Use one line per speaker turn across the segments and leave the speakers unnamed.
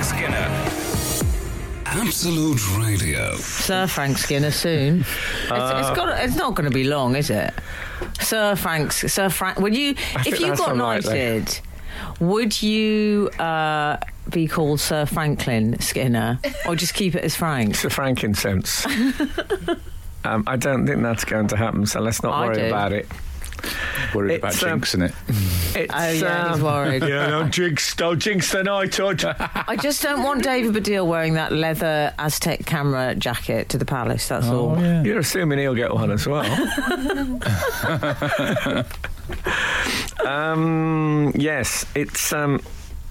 Skinner. Absolute Radio.
Sir Frank Skinner soon. It's, it's, got, it's not going to be long, is it? Sir Frank, Sir Frank, would you,
think
if you
that's
got
all right, though.
knighted, would you uh, be called Sir Franklin Skinner, or just keep it as Frank?
It's the frankincense. um, I don't think that's going to happen, so let's not
I
worry
do.
about it.
Worried
It's,
about
um,
jinxing it.
It's,
Oh yeah, he's
um,
worried.
yeah, don't jinx, don't jinx the night, Hutch.
I just don't want David Baddiel wearing that leather Aztec camera jacket to the palace. That's
Oh,
all.
You're assuming he'll get one as well. um, yes, it's um,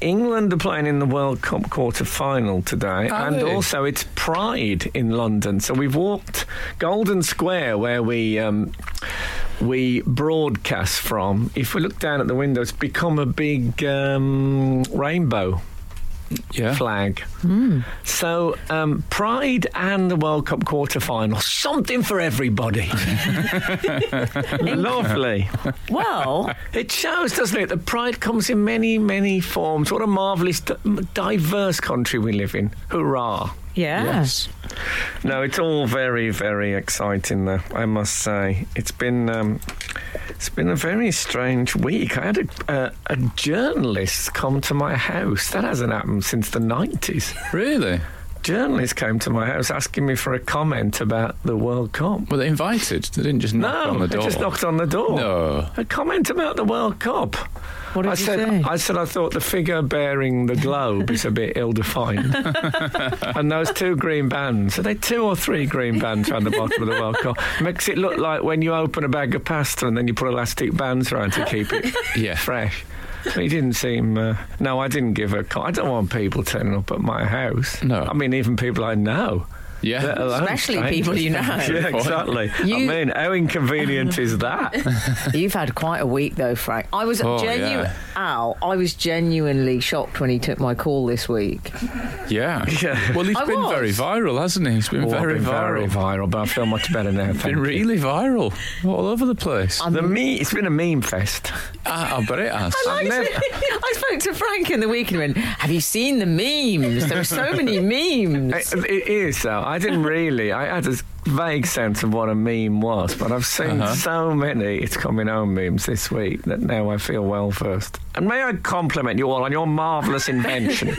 England are playing in the World Cup quarter final today,
Are
and
they?
also it's Pride in London. So we've walked Golden Square where we. Um, we broadcast from. If we look down at the window, it's become a big um, rainbow
Yeah.
flag. So, um, Pride and the World Cup quarter final, something for everybody. Lovely.
Well,
It shows, doesn't it, that pride comes in many, many forms. What a marvellous, d- diverse country we live in. Hurrah.
yeah.
Yes.
No, it's all very, very exciting, though. I must say, it's been um, it's been a very strange week. I had a, uh, a journalist come to my house. That hasn't happened since the nineties.
Really?
Journalists came to my house asking me for a comment about the World Cup.
Were they invited? They didn't just knock
No,
on the
they
door.
just knocked on the door.
No.
A comment about the World Cup.
What did
I
you
said,
say?
I said I thought the figure bearing the globe is a bit ill-defined, and those two green bands, are they two or three green bands around the bottom of the World Cup? Makes it look like when you open a bag of pasta and then you put elastic bands around to keep it
Yeah.
fresh. So he didn't seem. Uh, no, I didn't give a. co- I don't want people turning up at my house.
No.
I mean even people I know.
Yeah.
let alone
Especially people you
strangers.
know.
Yeah, exactly.
You-
I mean, how inconvenient is that?
You've had quite a week though, Frank. I was
Oh,
genuine.
yeah.
Al, I was genuinely shocked when he took my call this week.
Yeah.
Yeah.
Well, he's
I
been
was.
very viral, hasn't he? He's been
Oh, I've
very
been
viral.
viral, but I feel much better now. thank
Been
you.
really viral, all over the place.
The
Um,
me, it's been a meme fest.
I, I bet it has.
I,
never-
spoke to Frank in the week and he went, Have you seen the memes? There are so many memes.
It, it is though. I didn't really. I had a vague sense of what a meme was, but I've seen
Uh-huh.
so many "It's Coming Home" memes this week that now I feel well versed. And may I compliment you all on your marvellous invention.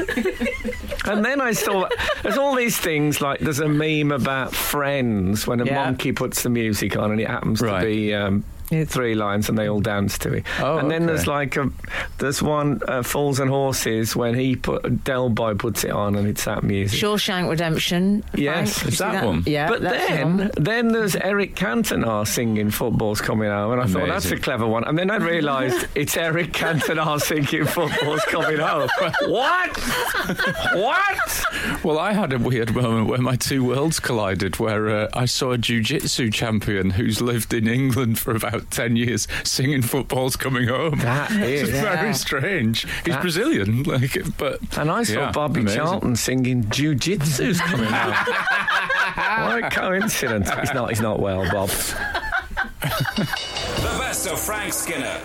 and then I saw there's all these things like there's a meme about Friends when a
Yeah.
monkey puts the music on and it happens
Right.
to be. Um, Three lines and they all dance to it.
Oh,
and then
okay.
there's like a there's one uh, Fools and Horses when he put Del Boy puts it on and it's that music.
Shawshank Redemption. Frank,
Yes,
Did you
is
see
that one?
Yeah,
But
that's the
then,
one.
then there's Eric Cantona singing "Football's Coming Home," and I thought that's a
Amazing.
clever one. And then I realised it's Eric Cantona singing "Football's Coming Home." What? What?
Well, I had a weird moment where my two worlds collided, where uh, I saw a jiu-jitsu champion who's lived in England for about 10 years singing football's coming home.
That
It's
is.
Yeah.
very strange. He's
That-
Brazilian, like, but
And I saw
Yeah,
Bobby
amazing.
Charlton singing "Jiu-Jitsu's Coming Home." what a coincidence! He's not. He's not well, Bob.
The best of Frank Skinner.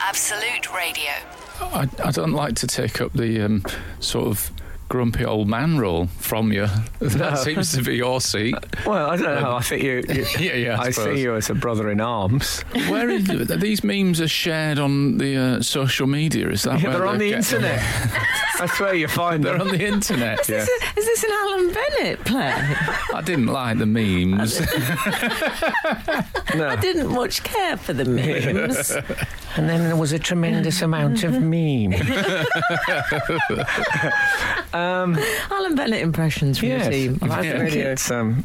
Absolute Radio.
I, I don't like to take up the um, sort of grumpy old man role from you. That seems to be your seat.
Well, I don't know. I think you. you
Yeah, yeah. I,
I
suppose.
see you as a brother in arms.
Where is, these memes are shared on the uh, social media? Is that where
They're on the
get-
internet. That's where you find
They're on
them.
the internet.
Yeah.
Is, this, is this an Alan Bennett play?
I didn't like the memes.
No.
Didn't much care for the memes.
And then there was a tremendous amount of meme.
Alan Bennett impressions from the team.
I
Like the
think
radio.
it's, um,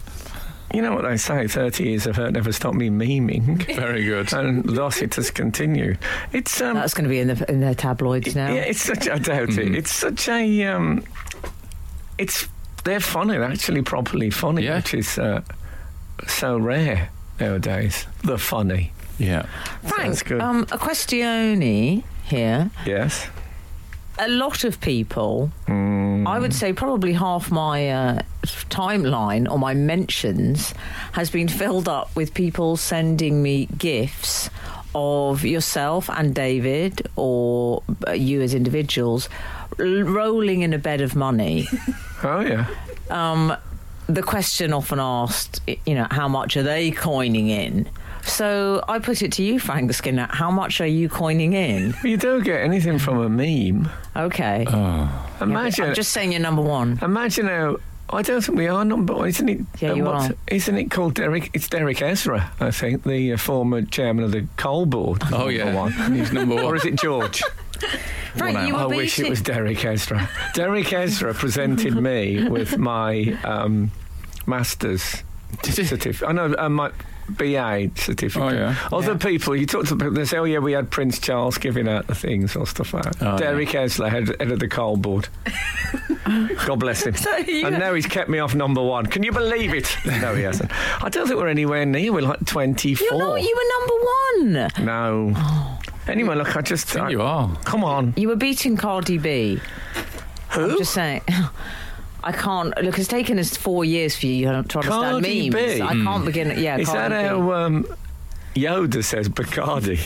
you know what they say, 30 years of hurt never stopped me memeing.
Very good.
And thus it has continued. It's, um,
That's going to be in the in their tabloids now.
yeah, it's such, I doubt it. It's such a, um, it's, they're funny, they're actually properly funny,
Yeah.
which is uh, so rare nowadays. The funny.
Yeah.
Sounds
Frank,
good.
um, a questione here.
Yes.
A lot of people, I would say probably half my uh, timeline or my mentions has been filled up with people sending me gifs of yourself and David, or uh, you as individuals, l- rolling in a bed of money.
Oh, yeah.
um, the question often asked, i- you know, how much are they coining in? So I put it to you, Frank Skinner. How much are you coining in?
Well, you don't get anything from a meme.
Okay,
Uh,
Oh.
Imagine.
I'm just saying you're number one.
Imagine how. I don't think we are number one, isn't it?
Yeah, you
what's-
are.
Isn't it called Derek? It's Derek Ezra, I think, the uh, former chairman of the coal board.
Oh
number
yeah,
one.
he's number one.
Or is it George?
Frank,
out.
you
I
were
wish it
beating.
was Derek Ezra. Derek Ezra presented me with my um, master's certificate. I know uh, my BA certificate.
Oh, yeah.
Other
Yeah.
people, you talk to people, they say, oh, yeah, we had Prince Charles giving out the things or stuff like that.
Oh, yeah.
Derek Ezra, head, head of the coal board. God bless him.
you-
and now he's kept me off number one. Can you believe it? No, he hasn't. I don't think we're anywhere near. We're like 24.
You're not. You Oh. were number one.
No. Anyway, look, I just. I-
you are.
Come on.
You were beating Cardi B. Who? I'm just saying. I can't look. It's taken us four years for you to understand
Cardi
memes.
B?
I
Hmm.
can't begin. Yeah,
Is that
Cardi B.
how um, Yoda says Bacardi?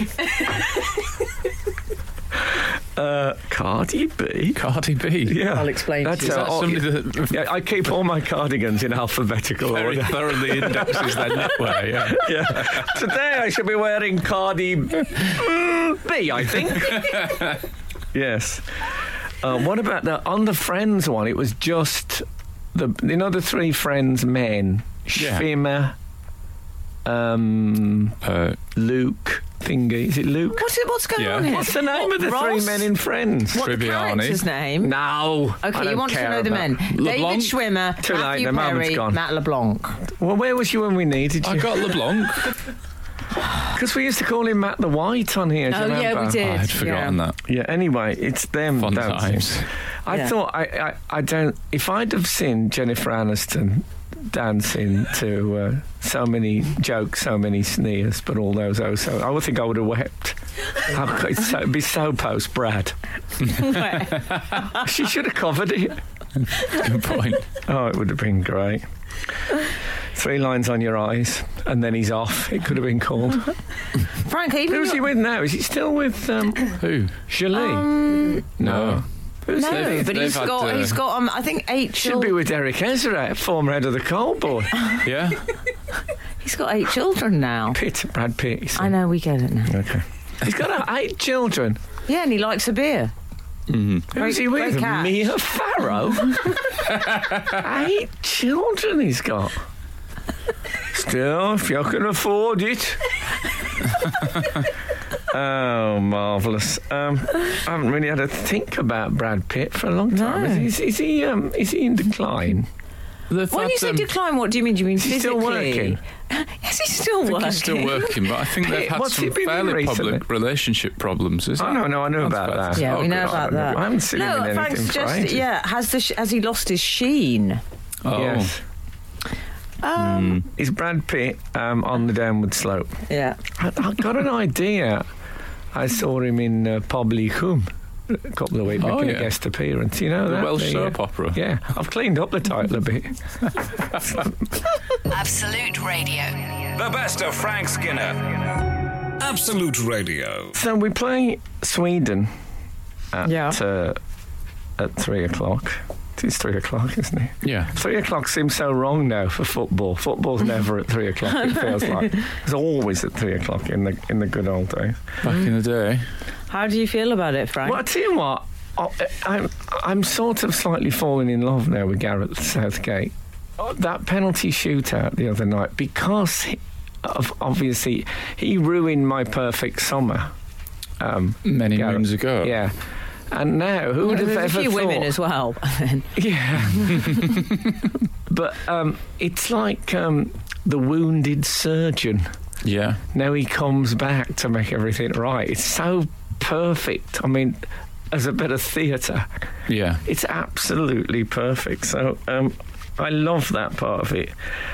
uh, Cardi B?
Cardi B.
Yeah.
I'll explain to
That's
you.
Is
how-
that
oh,
somebody that
yeah, I keep all my cardigans in alphabetical
very
order.
thoroughly indexes their knitwear? Yeah.
Yeah. Today I should be wearing Cardi B, I think. yes. Uh, what about the on the Friends one? It was just the you know the three Friends men,
Yeah.
Schwimmer, um,
Uh,
Luke thingy. Is it Luke?
What's, what's going
Yeah.
on here?
What's the name of the three
Ross?
men in Friends?
What the
Tribbiani.
character's name?
No. I
Okay,
don't
you want to
care
know the
about-
men. David
LeBlanc?
Schwimmer,
Too late,
Matthew
the moment's
Perry,
gone.
Matt LeBlanc.
Well, where was you when we needed
I
you?
got LeBlanc.
Because we used to call him Matt the White on here. do you
Oh, yeah,
remember?
we did.
I had forgotten
yeah.
that.
Yeah. Anyway, it's them.
Fun
dancing.
times.
I
Yeah.
thought I, I, I don't. If I'd have seen Jennifer Aniston dancing to uh, so many jokes, so many sneers, but all those oh so, I would think I would have wept. I've got- it's so, it'd be so post Brad. she should have covered it.
Good point.
Oh, it would have been great. Three lines on your eyes, and then he's off. It could have been called.
Frank, even
Who's
your-
he with now? Is he still with um,
Who?
Jolie?
No.
Who's
Um, no,
he?
They've-
but he's
they've had,
got
uh,
he's got um, I think eight
Should be
children.
with Eric Ezra, former head of the coal board.
Yeah.
He's got eight children now.
Pitt, Brad Pitt. you see.
I know we get it now.
Okay. He's got uh, eight children.
Yeah, and he likes a beer.
Who's he
Great
with?
catch.
Mia Farrow. eight children he's got. Still, if you can afford it. oh, marvellous. Um, I haven't really had a think about Brad Pitt for a long time.
No.
Is, is, is he um, is he in decline?
They've
When
had,
you say
um,
decline, what do you mean? Do you mean
Is he
physically?
still working?
Yes, he's still
I think
working.
he's still working, but I think they've had
What's he
some
been in
fairly
recently?
public relationship problems. Is
Oh,
that-
no, no, I know
That's
about
bad.
that.
Yeah,
Oh,
we know
God.
about
I
that.
haven't seen him
no,
in anything
Frank's
for
just
ages.
yeah. Has the sh- has he lost his sheen?
Oh.
Yes.
Um,
Is Brad Pitt um, on the downward slope?
Mm. Yeah.
I, I got an idea. I saw him in uh, Publicum a couple of weeks,
Oh,
making
yeah.
a guest appearance. You know
The
that
Welsh
uh,
soap opera.
Yeah, I've cleaned up the title a bit.
Absolute Radio.
The best of Frank Skinner. Absolute Radio.
So we play Sweden at
Yeah.
uh, at three o'clock. It's three o'clock, isn't it?
Yeah.
Three o'clock seems so wrong now for football. Football's never at three o'clock. It feels like it's always at three o'clock in the in the good old days.
Back in the day.
How do you feel about it, Frank?
Well, I tell you what, I- I'm I'm sort of slightly falling in love now with Gareth Southgate. Uh, That penalty shootout the other night, because he- of obviously he ruined my perfect summer. Um,
Many
Gareth.
moons ago.
Yeah. And now, who would have
There's
ever
a few
thought? Oh,
women as well.
Yeah. but um, it's like um, the wounded surgeon.
Yeah.
Now he comes back to make everything right. It's so perfect. I mean, as a bit of theatre,
Yeah.
it's absolutely perfect. So um, I love that part of it.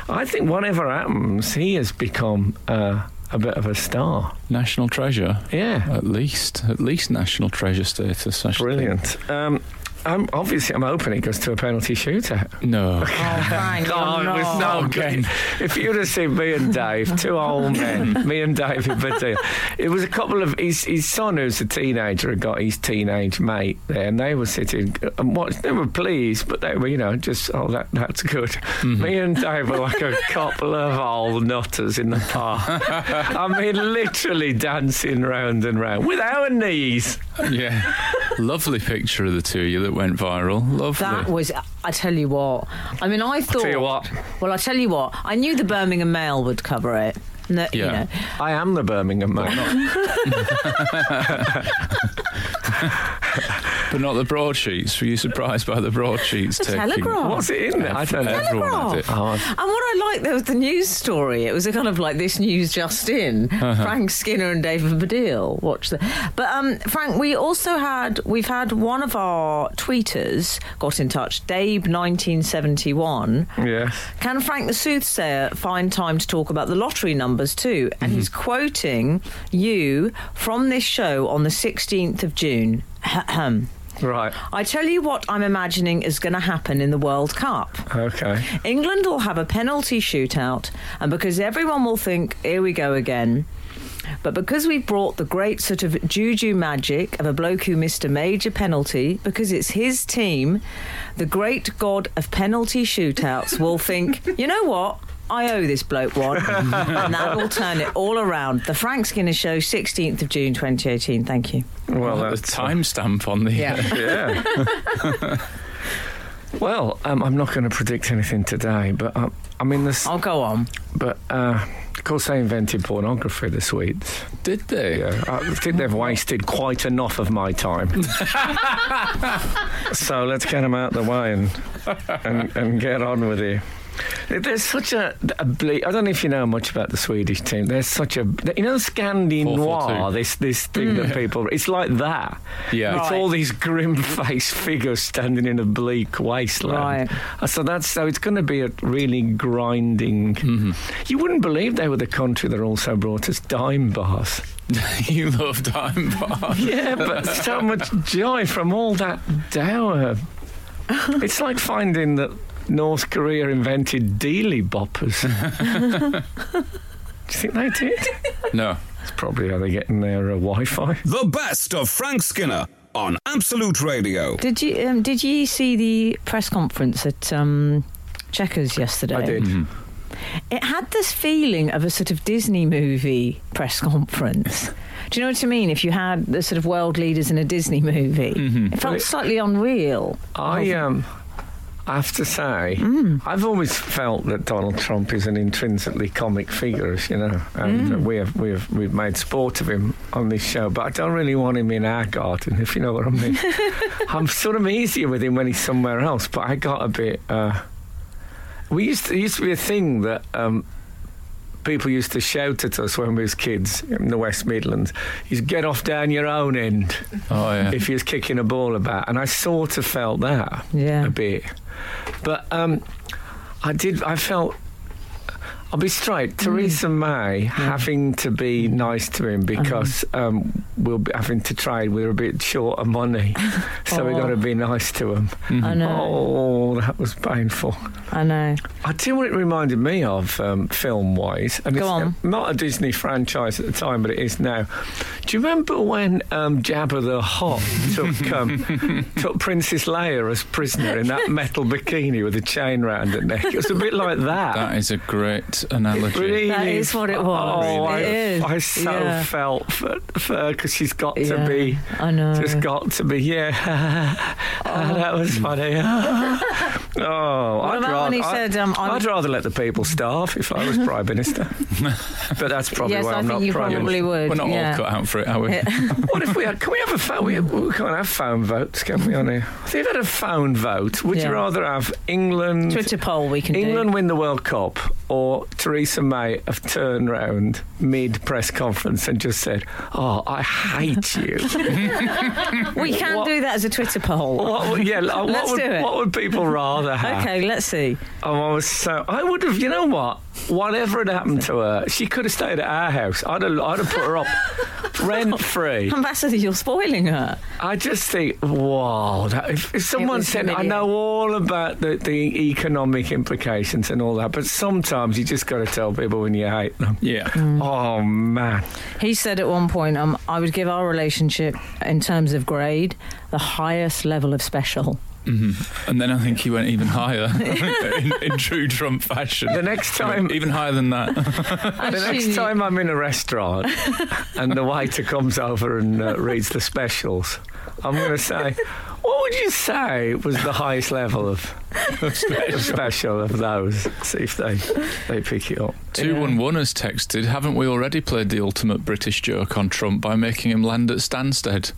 I think whatever happens, he has become uh, a bit of a star.
National treasure.
Yeah,
At least, at least national treasure status. I should think.
brilliant. Um, I'm obviously I'm hoping it goes to a penalty shootout.
No.
Oh, Frank,
Oh,
you're
it was
not.
so good. If you'd have seen me and Dave, two old men, me and Dave in particular, it was a couple of his, his son, who's a teenager, had got his teenage mate there, and they were sitting and watched. They were pleased, but they were, you know, just oh, that that's good. Me and Dave were like a couple of old nutters in the park. I mean, literally dancing round and round with our knees.
Yeah. Lovely picture of the two of you that went viral. Lovely.
That was, I tell you what. I mean, I thought.
Tell you what,
Well, I tell you what. I knew the Birmingham Mail would cover it. No, you
Yeah.
know.
I am the Birmingham man.
but not the broadsheets. Were you surprised by the broadsheets? taking-
Telegraph.
What's it in there? I don't know.
Everyone had it.
Oh, I
And what I liked, there was the news story. It was a kind of like this news just in. Frank Skinner and David Baddiel. Watch the. But um, Frank, we also had we've had one of our tweeters got in touch. Dabe nineteen seventy one.
Yes.
Can Frank the Soothsayer find time to talk about the lottery numbers too? And he's quoting you from this show on the 16th of June. Ahem.
Right.
I tell you what I'm imagining is going to happen in the World Cup.
Okay.
England will have a penalty shootout, and because everyone will think, here we go again. But because we brought the great sort of juju magic of a bloke who missed a major penalty, because it's his team, the great god of penalty shootouts will think, you know what? I owe this bloke one. and that will turn it all around. The Frank Skinner Show, 16th of June 2018. Thank you.
Oh, Well,
The
that's uh,
timestamp on the.
yeah. well, um, I'm not going to predict anything today, but um, I mean, this.
I'll go on.
But uh, of course, they invented pornography, the Swedes.
Did they?
Yeah, uh, I think they've wasted quite enough of my time. so let's get them out the way and, and, and get on with it. There's such a, a ble- I don't know if you know much about the Swedish team. There's such a you know Scandinoir.
442.
This this thing that people it's like that.
Yeah.
it's
Right.
all these grim faced figures standing in a bleak wasteland.
Right.
Uh, So that's so it's going to be a really grinding. You wouldn't believe they were the country that also brought us dime bars.
you love time bars.
Yeah, but so much joy from all that dour. It's like finding that North Korea invented dealy boppers. Do you think they did?
No.
It's probably how they're getting their uh, Wi Fi.
The best of Frank Skinner on Absolute Radio.
Did you um, did you see the press conference at um, Checkers yesterday?
I did.
It had this feeling of a sort of Disney movie press conference. Do you know what I mean? If you had the sort of world leaders in a Disney movie, it felt
Well, it-
slightly unreal.
I um, I have to say, I've always felt that Donald Trump is an intrinsically comic figure, as you know, and uh, we have we have we've made sport of him on this show. But I don't really want him in our garden, if you know what I mean. I'm sort of easier with him when he's somewhere else. But I got a bit. Uh, we used to, it used to be a thing that. Um, People used to shout at us when we was kids in the West Midlands. "Is get off down your own end."
Oh yeah.
if he was kicking a ball about, and I sort of felt that
Yeah.
a bit, but um, I did. I felt. I'll be
Mm.
straight. Theresa May having to be nice to him
Uh-huh.
because um, we'll be having to trade. We're a bit short of money, so we
Oh.
got to be nice to him.
I know.
Oh, that was painful.
I know.
I tell you what it reminded me of um, film wise, and
Go
it's
on.
not a Disney franchise at the time, but it is now. Do you remember when um, Jabba the Hutt took um, took Princess Leia as prisoner in that metal bikini with a chain round her neck? It was a bit like that.
That is a great analogy.
Really
That is what it was.
Oh, I,
It is.
I so
Yeah.
felt for because she's got to
Yeah.
be.
I know.
Just got to be,
Oh.
yeah. that was funny. oh, I'd,
about
rather,
when he
I,
said, um, I'm-
would rather let the people starve if I was Prime Minister. but that's probably
yes,
why
I
I'm
think
not
you
Prime
probably
Minister.
would.
We're not
yeah.
all cut out for it, are we?
What if we had, can we have a phone? We, we can't have phone votes, can we, on here? If you had a phone vote, would
Yeah.
you rather have England,
Twitter poll we can
England win the World Cup or Theresa May have turned round mid press conference and just said, "Oh, I hate you."
We can
What-
do that as a Twitter poll.
what, Ah. would- yeah, like,
Let's
what, would,
do it.
what would people rather have?
Okay, let's see.
Oh, I was so. I would have. You know what? Whatever had happened to her, she could have stayed at our house. I'd have, I'd have put her up rent free.
Ambassador, you're spoiling her.
I just think, wow. That, if, if someone
was
said,
humiliating.
I know all about the, the economic implications and all that, but sometimes you just got to tell people when you hate them.
Yeah.
Mm.
Oh, man.
He said at one point, um, I would give our relationship, in terms of grade, the highest level of special.
And then I think he went even higher in, in true Trump fashion.
The next time.
even higher than that.
The
Actually-
next time I'm in a restaurant and the waiter comes over and uh, reads the specials, I'm going to say, what would you say was the highest level of of special of those? See if they, they pick it up.
Two one one has texted. Haven't we already played the ultimate British joke on Trump by making him land at Stansted?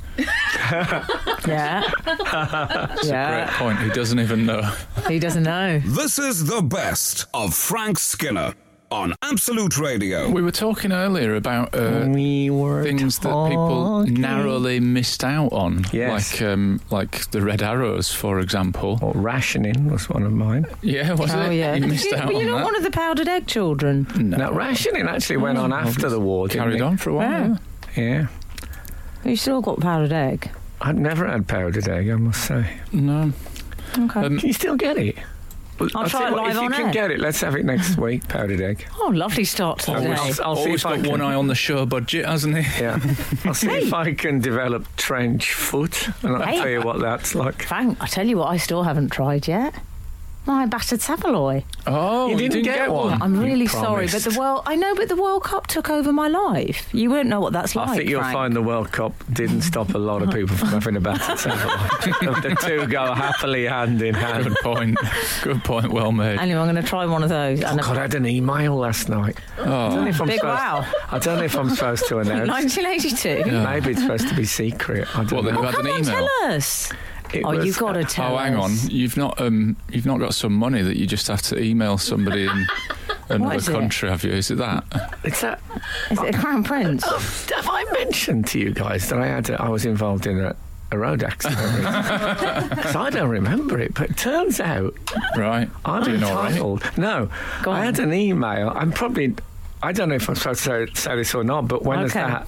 Yeah.
Great
Uh.
yeah.
point. He doesn't even know.
He doesn't know.
This is the best of Frank Skinner on Absolute Radio.
We were talking earlier about uh,
We were
things that people
talking-
narrowly missed out on,
Yes. Oh.
like um, like the Red Arrows, for example.
Or rationing was one of mine.
Yeah, was
Oh,
it?
yeah.
You missed out
but
on
you're not
that.
one of the powdered egg children.
Now, rationing actually went on after the war, didn't
Carried
it?
on for a while. yeah.
Yeah.
Yeah.
You still got powdered egg.
I've never had powdered egg, I must say.
No.
Okay.
Um,
Can you still get it? Well,
I'll
I
try
tell you
it
what,
live
If you
on
can
air.
get it, let's have it next week, powdered egg.
oh, lovely start to the
Always,
day.
I'll- I'll see
always
if I
got
can-
one eye on the show budget, hasn't he?
Yeah. I'll see if I can develop trench foot, and I'll
Hey.
tell you what that's like.
Frank, I tell you what, I still haven't tried yet. My battered saveloy.
Oh,
You didn't get one.
I'm
You
really sorry, but
promised.
the world. I know, but the World Cup took over my life. You won't know what that's like.
I think you'll
Frank.
find the World Cup didn't stop a lot of people from having a battered saveloy. the two go happily hand in hand.
Good point. Good point. Well made.
Anyway, I'm going to try one of those.
Oh
And a-
God, I had an email last night. I don't know if I'm
Oh. Big
supposed,
wow.
I don't know if I'm supposed to announce.
1982.
Yeah.
Maybe it's supposed to be secret. I don't
What, that
know.
you had an
Come on,
email?
tell us.
It
oh,
was-
you've got to tell
Oh, hang on.
us.
You've not um, you've not got some money that you just have to email somebody in another
is it?
country, have you? Is it that?
It's that.
Is it a crown prince?
Have I mentioned to you guys that I had a, I was involved in a, a road accident? Because I don't remember it, but it turns out
Right.
I'm
Doing all right.
entitled. No,
Go
I
on.
had an email. I'm probably. I don't know if I'm supposed to say, say this or not, but when has
Okay.
that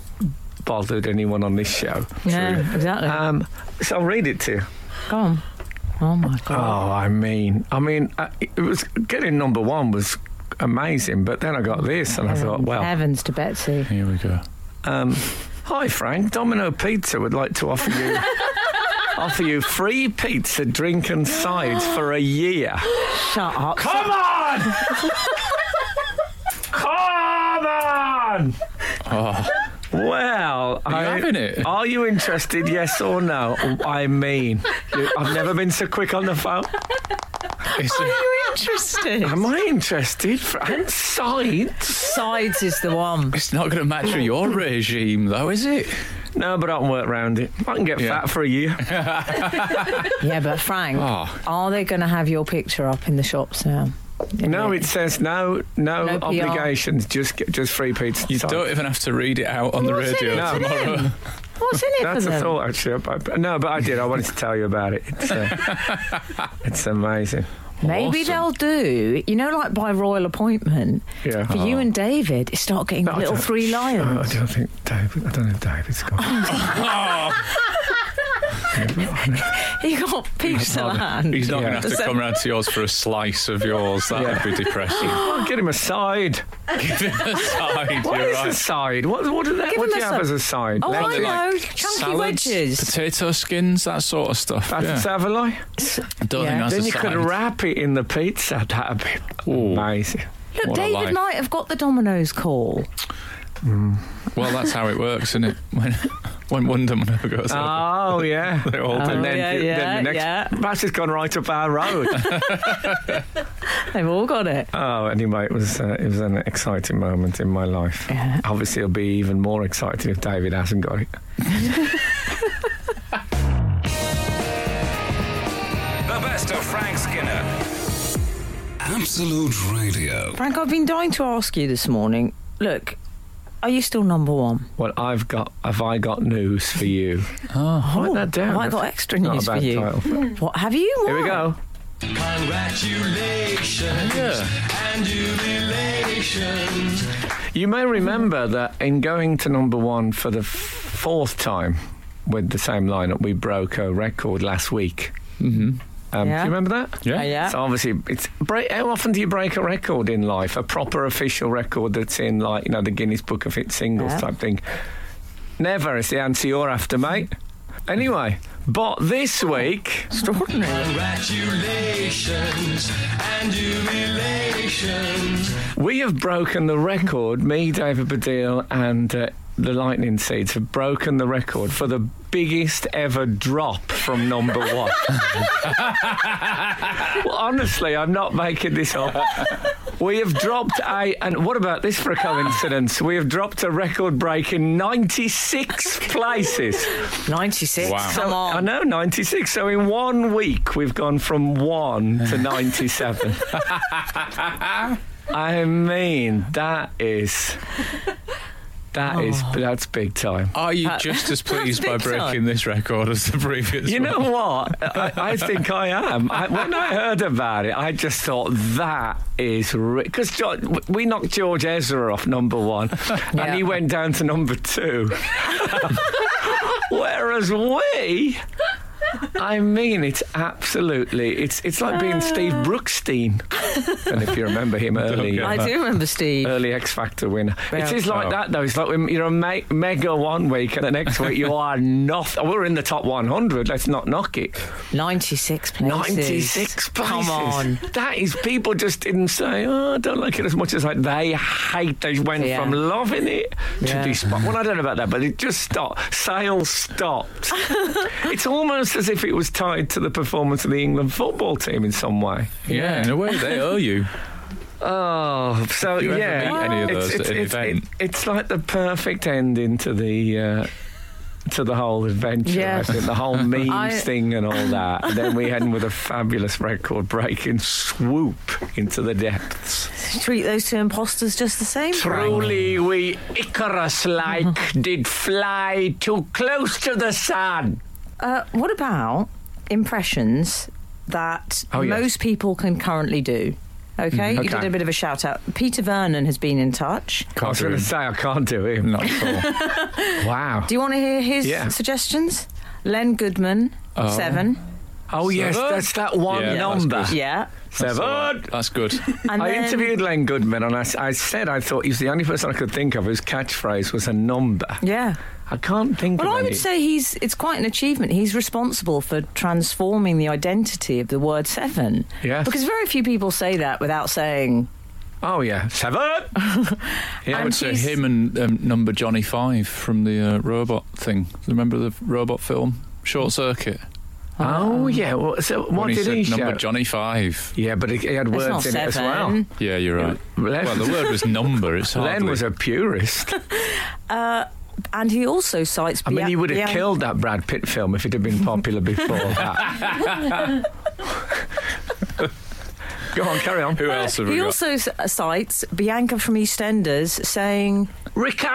bothered anyone on this show?
no, exactly.
Um, so I'll read it to you.
Go on. Oh my
Oh,
god.
I mean, I mean, uh, it was getting number one was amazing, but then I got this, and I thought,
Heavens-
well,
heavens to Betsy.
Here we go.
Um, hi, Frank. Domino Pizza would like to offer you offer you free pizza, drink, and sides for a year.
Shut up.
Come on! Come on!
Oh,
Well,
you
I-
having it?
Are you interested? Yes or no? I mean, you- I've never been so quick on the phone.
it's a-
Interesting.
Am I interested? Fr- And sides?
Sides is the one.
it's not going to match with your regime, though, is it?
No, but I can work round it. I can get
Yeah.
fat for a year.
Yeah, but Frank,
Oh.
are they going to have your picture up in the shops now?
No, it says no, no,
No PR.
obligations. Just get- just free pizza. and
You
sides.
don't even have to read it out on the
What's in
radio
it
for
tomorrow.
them? What's in it
That's
for
a
them?
thought, actually. But- but- no, but I did. I wanted to tell you about it. It's, uh, it's amazing.
Maybe
Awesome.
they'll do, you know, like by royal appointment.
Yeah.
For
Oh.
you and David, it's start getting
I
little
don't-
three
Oh,
lions.
I don't think David. I don't know if David's got.
you got pizza land.
He's not
Yeah.
going to have to come round to yours for a slice of yours. That
Yeah.
would be depressing.
oh, get him a side.
Give him a side.
What
you're
is a
right.
side? What, what, do, they,
Give
what
him
do
a
you have
sub-
as a side?
Oh, I
Lettuce?
Probably
know. Chunky
salads,
wedges.
potato skins, that sort of stuff.
That's
yeah.
a saveloy.
Don't
Yeah.
think that's
Then
a
you could
side.
wrap it in the pizza. That'd be
Ooh.
amazing.
Look,
What a
David
life.
might have got the Domino's call.
Well, that's how it works, isn't it? When, when one domino goes over.
Oh yeah.
They're all
and
done.
then,
yeah,
then
yeah,
the next
yeah.
that's just gone right up our road.
They've all got it.
Oh, anyway, it was uh, it was an exciting moment in my life.
Yeah.
Obviously, it'll be even more exciting if David hasn't got it.
The best of Frank Skinner. Absolute Radio.
Frank, I've been dying to ask you this morning. Look, are you still number one?
Well, I've got. Have I got news for you?
Oh,
Write that down.
Have I got extra
Not a
news for
bad
you?
title.
What have you?
Here we
What?
go.
Congratulations
yeah.
and jubilations.
You may remember that in going to number one for the f- fourth time with the same lineup, we broke a record last week. Mm-hmm. Um,
Yeah.
Do you remember that?
Yeah.
Uh, yeah.
So obviously, it's break, how often do you break a record in life? A proper official record that's in like you know the Guinness Book of Hit Singles
Yeah.
type thing. Never. It's the answer you're after, mate. Anyway, but this week.
Extraordinary.
Congratulations and jubilations.
We have broken the record. Me, David Baddiel, and uh, the Lightning Seeds have broken the record for the biggest ever drop from number one. well, honestly, I'm not making this up. We have dropped a, and what about this for a coincidence? We have dropped a record breaking 96 places.
96.
Wow.
Come on.
I know, 96. So in one week, we've gone from one to 97. I mean, that is. that is That's big time.
Are you just as pleased by
big time.
breaking this record as the previous
You
one?
know what? I, I think I am. I, when I heard about it, I just thought that is because we knocked George Ezra off number one, and he went down to number two. Whereas we, I mean, it's absolutely it's it's like being Steve Brookstein, and if you remember him early.
Uh. Okay.
I do remember Steve.
Early X Factor winner.
Yeah.
It is like
Oh.
that though. It's like when you're a me- mega one week, and the next week you are not. oh, We're in the top 100. Let's not knock it.
96 places.
96 places.
Come on.
That is, people just didn't say, oh, I don't like it as much as like they hate. They went
Yeah.
from loving it to
Yeah.
despot. Well, I don't know about that, but it just stopped. Sales stopped. it's almost as if it was tied to the performance of the England football team in some way.
Yeah, in a way, they owe you.
Oh, so
you ever
yeah,
meet any of
it's-
those
it's,
at an
it's-
event?
it- it's like the perfect ending to the uh, to the whole adventure.
Yes.
I think the whole memes
I-
thing and all that. And then we end with a fabulous record-breaking swoop into the depths.
Treat those two imposters just the same.
Truly, we Icarus-like did fly too close to the sun.
Uh, what about impressions that
Oh, yes. Mm-hmm.
most people can currently do? Okay, you
okay.
did a bit of a shout out. Peter Vernon has been in touch.
I was
do
going to
him.
say I can't do him.
Not at
Wow.
Do you want to hear his
Yeah.
suggestions? Len Goodman,
Oh.
seven.
Oh yes,
Seven?
that's that one
Yeah, that's
number.
good.
Yeah.
all.
Seven.
uh, That's good.
And
I
then-
interviewed Len Goodman and I, s- I said I thought he was the only person I could think of whose catchphrase was a number.
Yeah.
I can't think
Well,
of
I
any.
would say he's it's quite an achievement. He's responsible for transforming the identity of the word seven.
Yes.
Because very few people say that without saying
oh, yeah. Seven! yeah,
I
And
would say
he's-
him and um, number Johnny Five from the uh, robot thing. Remember the robot film? Short Circuit.
oh, yeah. Well, so what
when he
did
said
he
number
shout?
Johnny Five.
Yeah, but he, he had
it's
words
not
in it as
seven.
well.
Yeah, you're right.
Len,
Well, the word was number. It's
Len
hardly.
was a purist.
And he also cites.
I mean, he would have
Bian-
killed that Brad Pitt film if it had been popular before that. Go on, carry on.
Who else have we
He
got?
also s- uh, cites Bianca from EastEnders saying,
Ricky!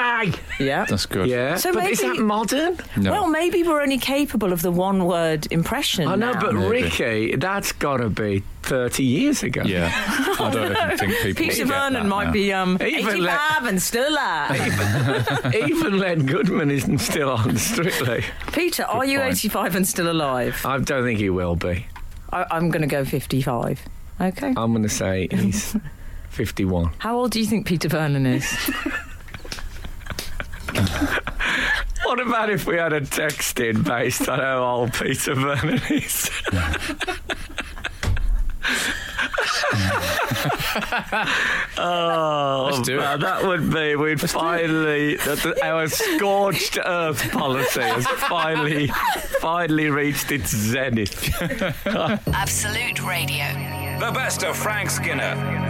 "Yeah,
That's good.
Yeah.
So
but is
maybe-
that modern?
No.
well, maybe we're only capable of the one-word impression."
I know,
now."
but
Maybe.
Ricky, that's got to be 30 years ago.
yeah. I don't even think people.
Peter
get that
Vernon might
now.
be um,
Even
85 and still alive.
Even Len Goodman isn't still on Strictly.
Peter, are you
point.
85 and still alive?
I don't think he will be.
I- I'm going to go 55. Okay.
I'm going to say he's 51.
How old do you think Peter Vernon is?
What about if we had a text in based on how old Peter Vernon is? oh,
Let's do
man,
it.
that would be we'd finally that the- our scorched earth policy has finally finally reached its zenith.
Absolute Radio.
The best of Frank Skinner.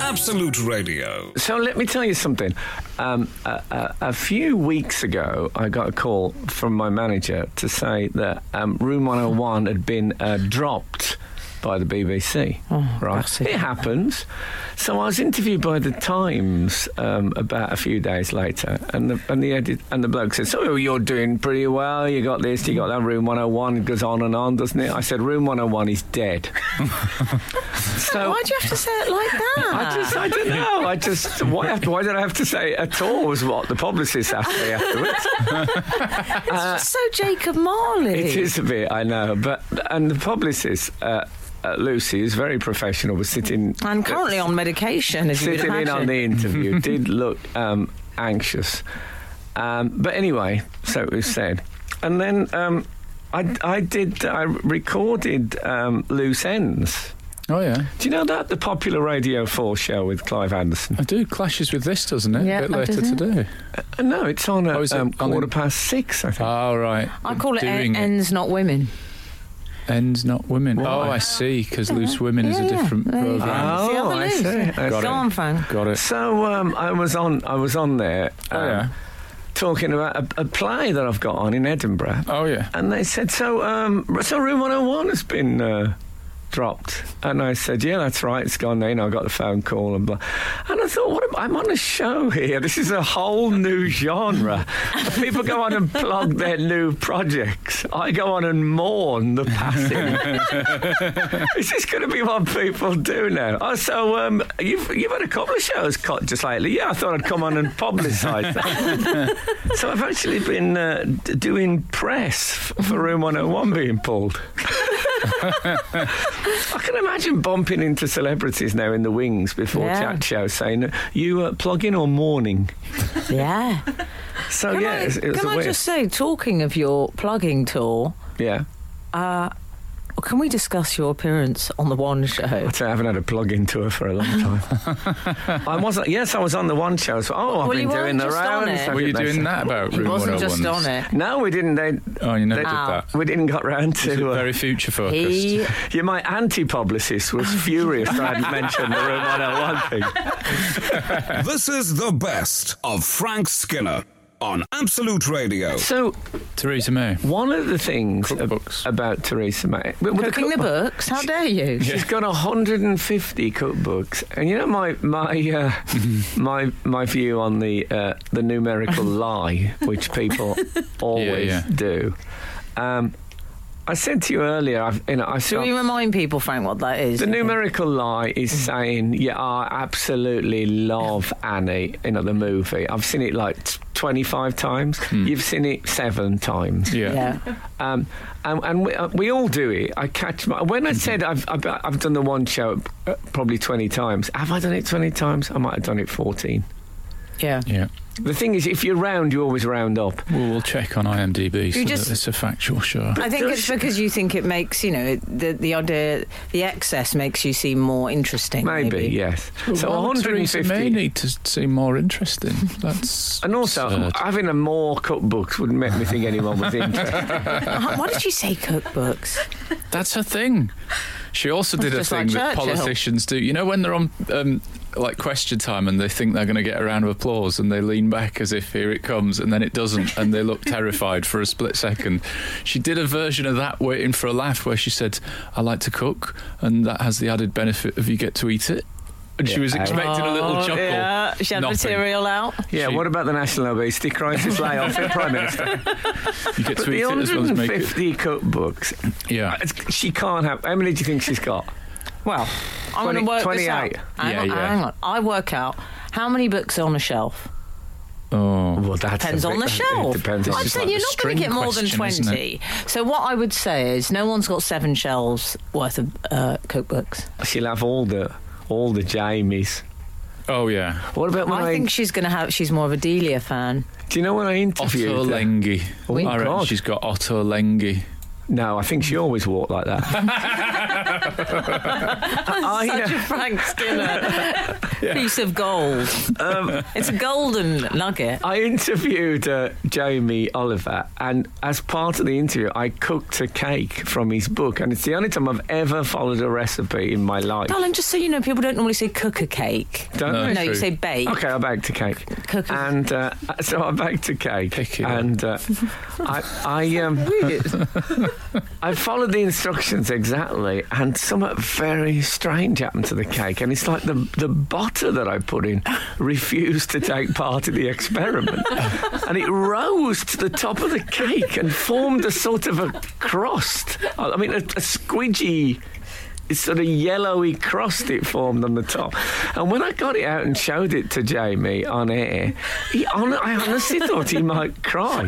Absolute Radio.
So let me tell you something. Um, a, a, a few weeks ago, I got a call oh from my manager to say that um, Room 101 had been uh, dropped by the BBC. right, it happens. So I was interviewed by the Times um, about a few days later, and the and the edit, and the bloke said, "So you're doing pretty well. You got this. You got that. Room 101 it goes on and on, doesn't it?" I said, "Room 101 is dead." so
Why do you have to say it like that?
I just, I don't know. I just, why, have, why did I have to say it at all? Was what the publicist asked me afterwards. Uh,
It's so Jacob Marley.
It is a bit, I know. But and the publicist, uh, uh, Lucy, is very professional. Was sitting uh,
And currently on medication, as you would
sitting in on
imagine.
the interview. did look um, anxious, um, but anyway, so it was said. And then um, I, I did, I recorded um, loose ends.
Oh, yeah.
Do you know that the popular Radio Four show with Clive Anderson?
I do. Clashes with this, doesn't it?
Yeah,
a bit
that
later
does it.
today.
Uh, No, it's on at
Oh, is it
um,
on
quarter
in-
past six. I think.
Oh, right.
I call it
Doing
en- ends, not women.
Ends not women.
Right.
Oh, I see. Because loose women is a
Yeah, yeah.
different
There you go.
program.
Oh,
See, other
I
news.
see, I
Go
see.
on, Fang.
Got it.
So um, I was on, I was on there.
Oh,
um,
yeah.
talking about a, a play that I've got on in Edinburgh.
Oh, yeah.
And they said, so, um, so Room 101 has been uh, dropped. And I said, yeah, that's right, it's gone. You know, I got the phone call and blah. And I thought, what? Am, I'm on a show here. This is a whole new genre. People go on and plug their new projects. I go on and mourn the passing. is this going to be what people do now? Oh, so um, you've, you've had a couple of shows cut just lately. Yeah, I thought I'd come on and publicise that. So I've actually been uh, d- doing press f- for Room 101 being pulled. I can imagine bumping into celebrities now in the wings before
Yeah.
chat show saying, "You uh, plug in or morning?"
Yeah.
So
Can,
Oh, yeah,
I,
it's, it was
can
a
I
weird.
just say, talking of your plugging tour,
Yeah,
uh, can we discuss your appearance on the One Show?
I'd say I haven't had a plug in tour for a long time. I wasn't. Yes, I was on the one show. So, oh, I've
Well,
been
you
doing
weren't
the
just on
rounds.
it.
I
Were you
think they
doing
said-
that about
He
Room
wasn't
101s?
just on it.
No, we didn't. They,
Oh, you never
They-
did
Ow.
that.
we didn't got round
It's
to. uh,
very future focused.
He
Yeah, my anti publicist was furious that I hadn't mentioned the Room 101 thing.
This is the best of Frank Skinner on Absolute Radio.
So,
Theresa May.
one of the things ab-
Cookbooks.
about Theresa May. well, well, the
cooking the
cookbook-
books. How dare you?
She's got 150 cookbooks, and you know my my uh, my my view on the uh, the numerical lie, which people always
yeah.
do. Um, I said to you earlier, I've, you know, I
Should we remind people, Frank, what that is?
The numerical lie is saying, yeah, I absolutely love Annie, you know, the movie. I've seen it like t- 25 times. You've seen it seven times.
Yeah.
Yeah.
Um, and and we, uh, we all do it. I catch my. When I said I've, I've, I've done the one show uh, probably 20 times, have I done it 20 times? I might have done it 14.
Yeah.
Yeah.
The thing is, if you round, you always round up.
Well, we'll check on IMDb. So
just-
that it's a factual show.
I think it's because you think it makes, you know, it- the the idea, the excess makes you seem more interesting.
Maybe,
Maybe,
yes. So
Well, Theresa
150.
May need to seem more interesting. That's
And also,
absurd.
having a more cookbooks wouldn't make me think anyone was interested.
Uh, Why did you say cookbooks?
That's her thing. She also did a
just
thing
like
that
Churchill.
politicians do. You know, when they're on um, like question time and they think they're going to get a round of applause and they lean back as if here it comes and then it doesn't and they look terrified for a split second. She did a version of that waiting for a laugh where she said, I like to cook and that has the added benefit of you get to eat it. And she was
Yeah.
expecting a little chuckle.
Oh, Yeah, she had
Nothing.
material out.
Yeah,
She-
what about the national obesity crisis layoff in Prime Minister?
You get to
the
eat it as well as make it. Ah.
150 cookbooks.
Yeah.
It's- She can't have. How many do you think she's got?
Well, I'm going to
20
work this
28.
out. Hang
Yeah,
on,
yeah.
hang on. I work out how many books are on a shelf.
Oh.
Well, that's
Depends
a
on
bit-
the shelf.
It depends
I'd
on.
just
say
like
you're
the
not
string
going to get more than
question, isn't
20. So what I would say is no one's got seven shelves worth of uh, cookbooks.
She'll have all the all the Jamies.
Oh, yeah.
What about when I?
I think she's going to have, she's more of a Delia fan.
do you know when I interviewed?
Otto
her?
Lengi.
Oh,
I reckon
God.
she's got Otto Lengi.
No, I think she always walked like that. I, uh,
Such a Frank Skinner piece of gold.
Um,
it's a golden nugget.
I interviewed uh, Jamie Oliver, and as part of the interview, I cooked a cake from his book, and it's the only time I've ever followed a recipe in my life.
Darling, just so you know, people don't normally say cook a cake.
Don't
No.
they?
no, you
true.
say bake.
Okay, I baked a cake.
Cook a-
And uh, so I baked a cake.
Picky,
and uh, I, I, um, I followed the instructions exactly, and something very strange happened to the cake. And it's like the the butter that I put in refused to take part in the experiment, and it rose to the top of the cake and formed a sort of a crust. I I mean, a, a squidgy. Sort of yellowy crust it formed on the top, and when I got it out and showed it to Jamie on air, he hon- I honestly thought he might cry.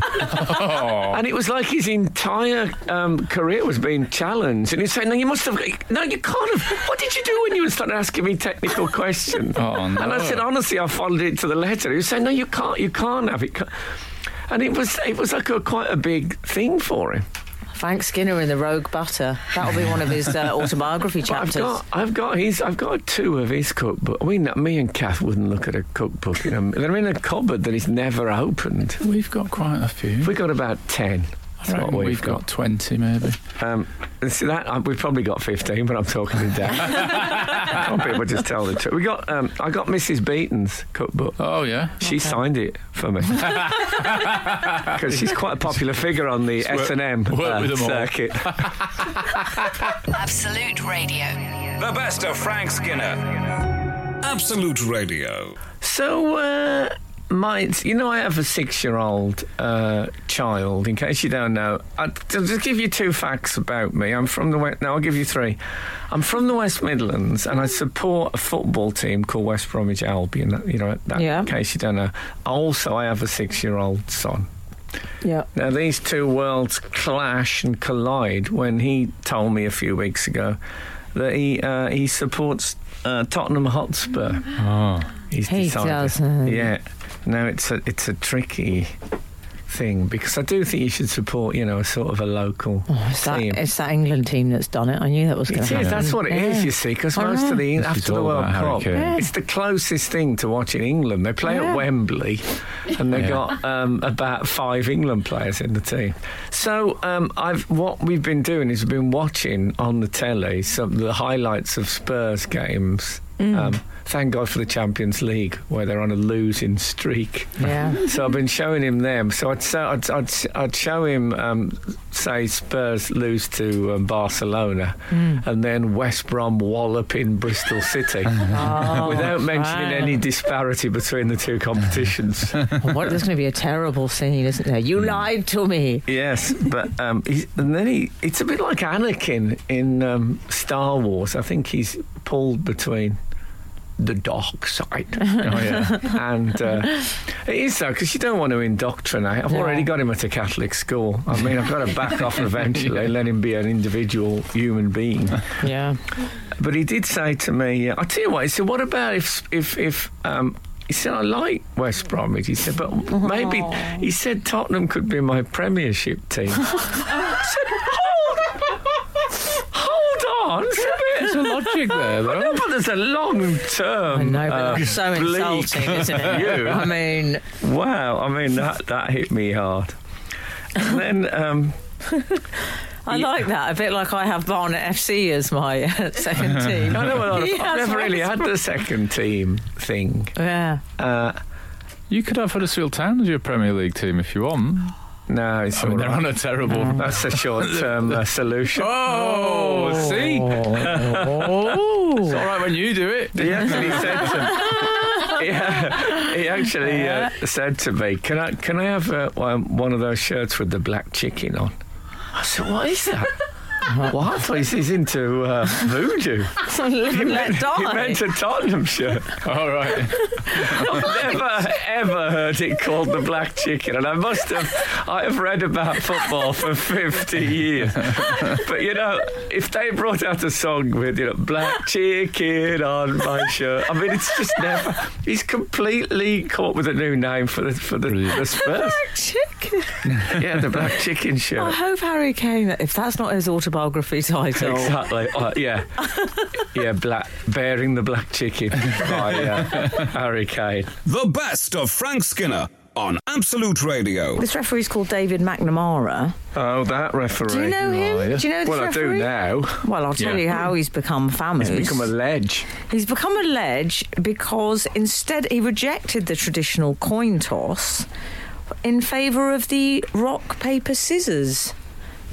And it was like his entire um, career was being challenged. And he'd say, No, you must have. No, you can't have. What did you do when you started asking me technical questions?
Oh, no.
And I said, Honestly, I followed it to the letter. He was saying, No, you can't. You can't have it. Ca- And it was it was like a, quite a big thing for him.
Frank Skinner in the Rogue Butter. That'll be one of his uh, autobiography
But I've
chapters.
got I've got his I've got two of his cookbook. We kn- me and Kath wouldn't look at a cookbook. In a, they're in a cupboard that he's never opened.
We've got quite a few.
We got about ten.
I
That's
reckon
what
we've, got. 20 maybe.
Um, and so that um, we've probably got fifteen, but I'm talking to Dan. Can't people just tell the truth? We got. Um, I got Mrs. Beaton's cookbook.
Oh, yeah.
She signed it for me because she's quite a popular figure on the
work-
S and M uh,
work with them all.
circuit.
Absolute Radio.
The best of Frank Skinner. Absolute Radio.
So, uh, might you know, I have a six-year-old uh, child. In case you don't know, I, will just give you two facts about me. I'm from the West. No, I'll give you three. I'm from the West Midlands, and I support a football team called West Bromwich Albion. That- You know, that,
Yeah.
in case you don't know. Also, I have a six-year-old son.
yeah.
Now, these two worlds clash and collide when he told me a few weeks ago that he uh, he supports uh, Tottenham Hotspur.
Oh.
He's
He
decided.
doesn't.
Yeah. No, it's a it's a tricky thing because I do think you should support, you know, a sort of a local
It's Oh, that,
team.
it's that England team that's done it. I knew that was going
It
to
is.
happen.
That's what it is.
Yeah.
You see, because
I
most
know.
of the
This is
after the
all
World
about Harry
Cup,
Kane.
Yeah.
it's the closest thing to watching England. They play
Yeah.
at Wembley, and they
Yeah.
got um, about five England players in the team. So um, I've what we've been doing is we've been watching on the telly some of the highlights of Spurs games.
Mm.
Um, thank God for the Champions League, where they're on a losing streak.
Yeah.
So I've been showing him them. So I'd so I'd, I'd, I'd show him um, say Spurs lose to um, Barcelona,
Mm.
and then West Brom wallop in Bristol City,
Oh,
without mentioning
wow.
any disparity between the two competitions.
Oh, What, there's going to be a terrible scene, isn't there?
Mm.
You lied to me.
yes, but um, he's, and then he it's a bit like Anakin in um, Star Wars. I think he's pulled between the dark side.
Oh, yeah.
and uh, it is though because you don't want to indoctrinate. I've
No.
already got him at a Catholic school. I mean, I've got to back off eventually and let him be an individual human being.
Yeah.
But he did say to me, uh, "I tell you what," he said, "What about if if if." Um, he said, "I like West Bromwich." He said, "But maybe," he said, "Tottenham could be my Premiership team." I said, "Hold, hold on, it's a bit."
There's a logic there,
No,
though.
but there's a long term.
I know, but
uh,
that's so
bleak
insulting, isn't it?
view.
I mean,
Wow, I mean that that hit me hard. And then um,
I
Yeah.
like that. A bit like I have Barnet FC as my second team.
I know a lot of,
He
I've
has
never really
West
had the second team thing.
Yeah.
Uh,
You could have Huddersfield Town as your Premier League team if you want.
no, it's
I mean,
all
they're
Oh, right.
on a terrible.
That's a short-term uh, solution.
Oh, see? It's all right when you do it.
He actually said to he, he actually uh, said to me, "Can I can I have uh, one one of those shirts with the black chicken on?" I said, "What is that?" well, I thought he's he's into uh, voodoo.
Live and let die.
He meant a Tottenham shirt.
All right.
never ever heard it called the black chicken, and I must have. I have read about football for fifty years, but you know, if they brought out a song with you know black chicken on my shirt, I mean, it's just never. He's completely come up with a new name for the for the,
Brilliant.
the Spurs.
Chicken.
Yeah, the black chicken
I
shirt.
hope Harry Kane, if that's not his autobiography title.
Exactly. Uh, yeah, yeah. Black bearing the black chicken by uh, Harry Kane.
The best of Frank Skinner on Absolute Radio.
This referee's called David McNamara.
Oh, that referee.
Do you know him?
Right.
Do you know this
well, I do
referee?
now.
Well, I'll tell
Yeah.
you how he's become famous.
It's become a ledge.
He's become a ledge because instead he rejected the traditional coin toss in favour of the rock, paper, scissors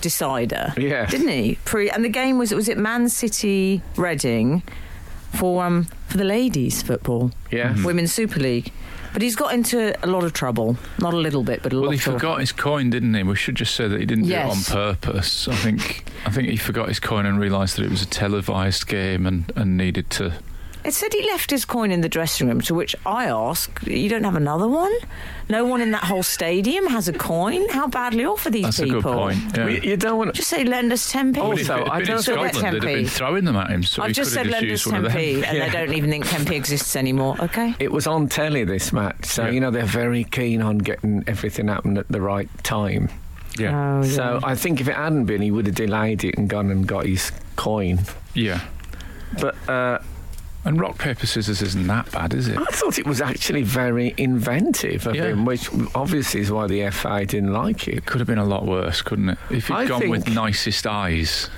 decider.
Yeah.
Didn't he? Pre and the game was was it Man City Reading for um for the ladies football.
Yeah. Mm-hmm.
Women's Super League. But he's got into a lot of trouble. Not a little bit, but a
Well,
lot
he
of trouble.
forgot his coin, didn't he? We should just say that he didn't
Yes.
do it on purpose. I think I think he forgot his coin and realised that it was a televised game and, and needed to.
It said he left his coin in the dressing room, to which I ask, you don't have another one? No one in that whole stadium has a coin? How badly off are these
That's
people?
a good point. yeah.
You- You don't want
Just say, lend us 10p.
But if
Also,
it had
I
been in
don't-
So
Scotland,
where's
they'd have been
10p?
throwing them at him. So he
I've just
could
said
have
lend us
used one
10p,
of them.
and they don't even think 10p exists anymore, okay?
It was on telly this match, so
Yeah.
you know they're very keen on getting everything happen at the right time.
Yeah,
Oh, yeah.
So I think if it hadn't been, he would have delayed it and gone and got his coin.
yeah.
But uh,
And rock paper scissors isn't that bad, is it?
I thought it was actually very inventive of
Yeah.
him, which obviously is why the FA didn't like it.
Could have been a lot worse, couldn't it? If he'd
I
gone with
think-
nicest eyes.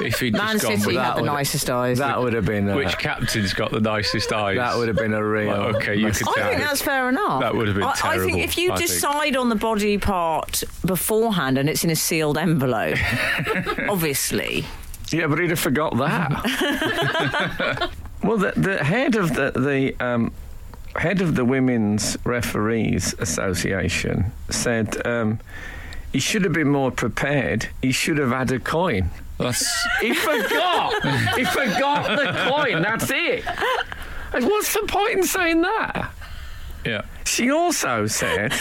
if he'd
Man
just gone with
City had
that,
the
one.
nicest eyes.
That would have been a,
which captain's got the nicest eyes?
that would have been a real.
Well, okay, you
mess-
could-
I think
Yeah.
that's fair enough.
That would have been
I, I
terrible,
think if you
I think.
decide on the body part beforehand and it's in a sealed envelope, obviously.
Yeah, but he'd have forgot that. well, the, the head of the the um, head of the Women's Referees Association said um, he should have been more prepared. He should have had a coin.
That's
He forgot. he forgot the coin. That's it. And what's the point in saying that?
yeah.
She also said,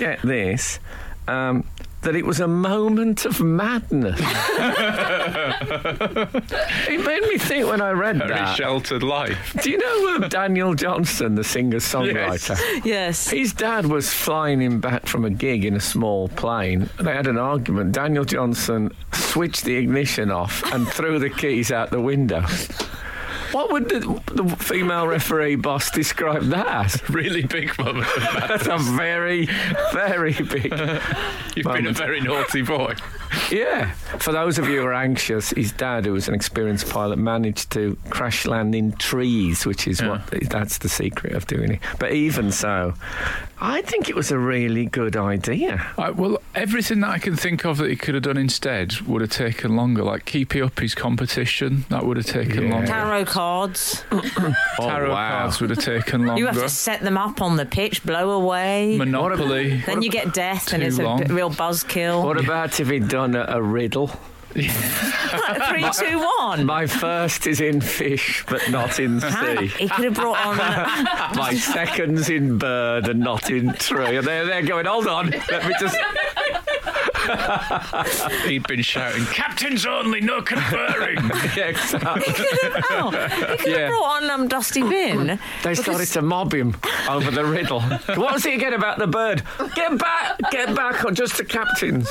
get this, um, that it was a moment of madness. it made me think when I read
Very
that.
sheltered life.
Do you know um, Daniel Johnson, the singer songwriter?
Yes.
His dad was flying him back from a gig in a small plane. They had an argument. Daniel Johnson switched the ignition off and threw the keys out the window. What would the, the female referee boss describe that as?
Really big moment.
That's a very, very big.
You've been a
Moment.
very naughty boy.
Yeah. For those of you who are anxious, his dad, who was an experienced pilot, managed to crash land in trees, which is what that's the secret of doing it. But even so, I think it was a really good idea.
I, well, everything that I can think of that he could have done instead would have taken longer. Like keeping up his competition, that would have taken
Yeah.
longer.
Tarot cards.
Tarot cards would Oh, have taken longer.
You have to set them up on the pitch, blow away.
Monopoly.
then you get death, and
Too
it's a
long.
d- real buzzkill.
What about if he'd done a, a riddle?
Three, two, one.
My first is in fish, but not in sea.
He could have brought on.
My second's in bird and not in tree. And they're, they're going, hold on, let me just.
He'd been shouting, "Captains only, no conferring."
Yeah,
He
exactly.
could have, oh, he could
Yeah.
have brought on um, Dusty Bin.
They started to mob him over the riddle. what was it again about the bird? Get back, get back, or just the captains.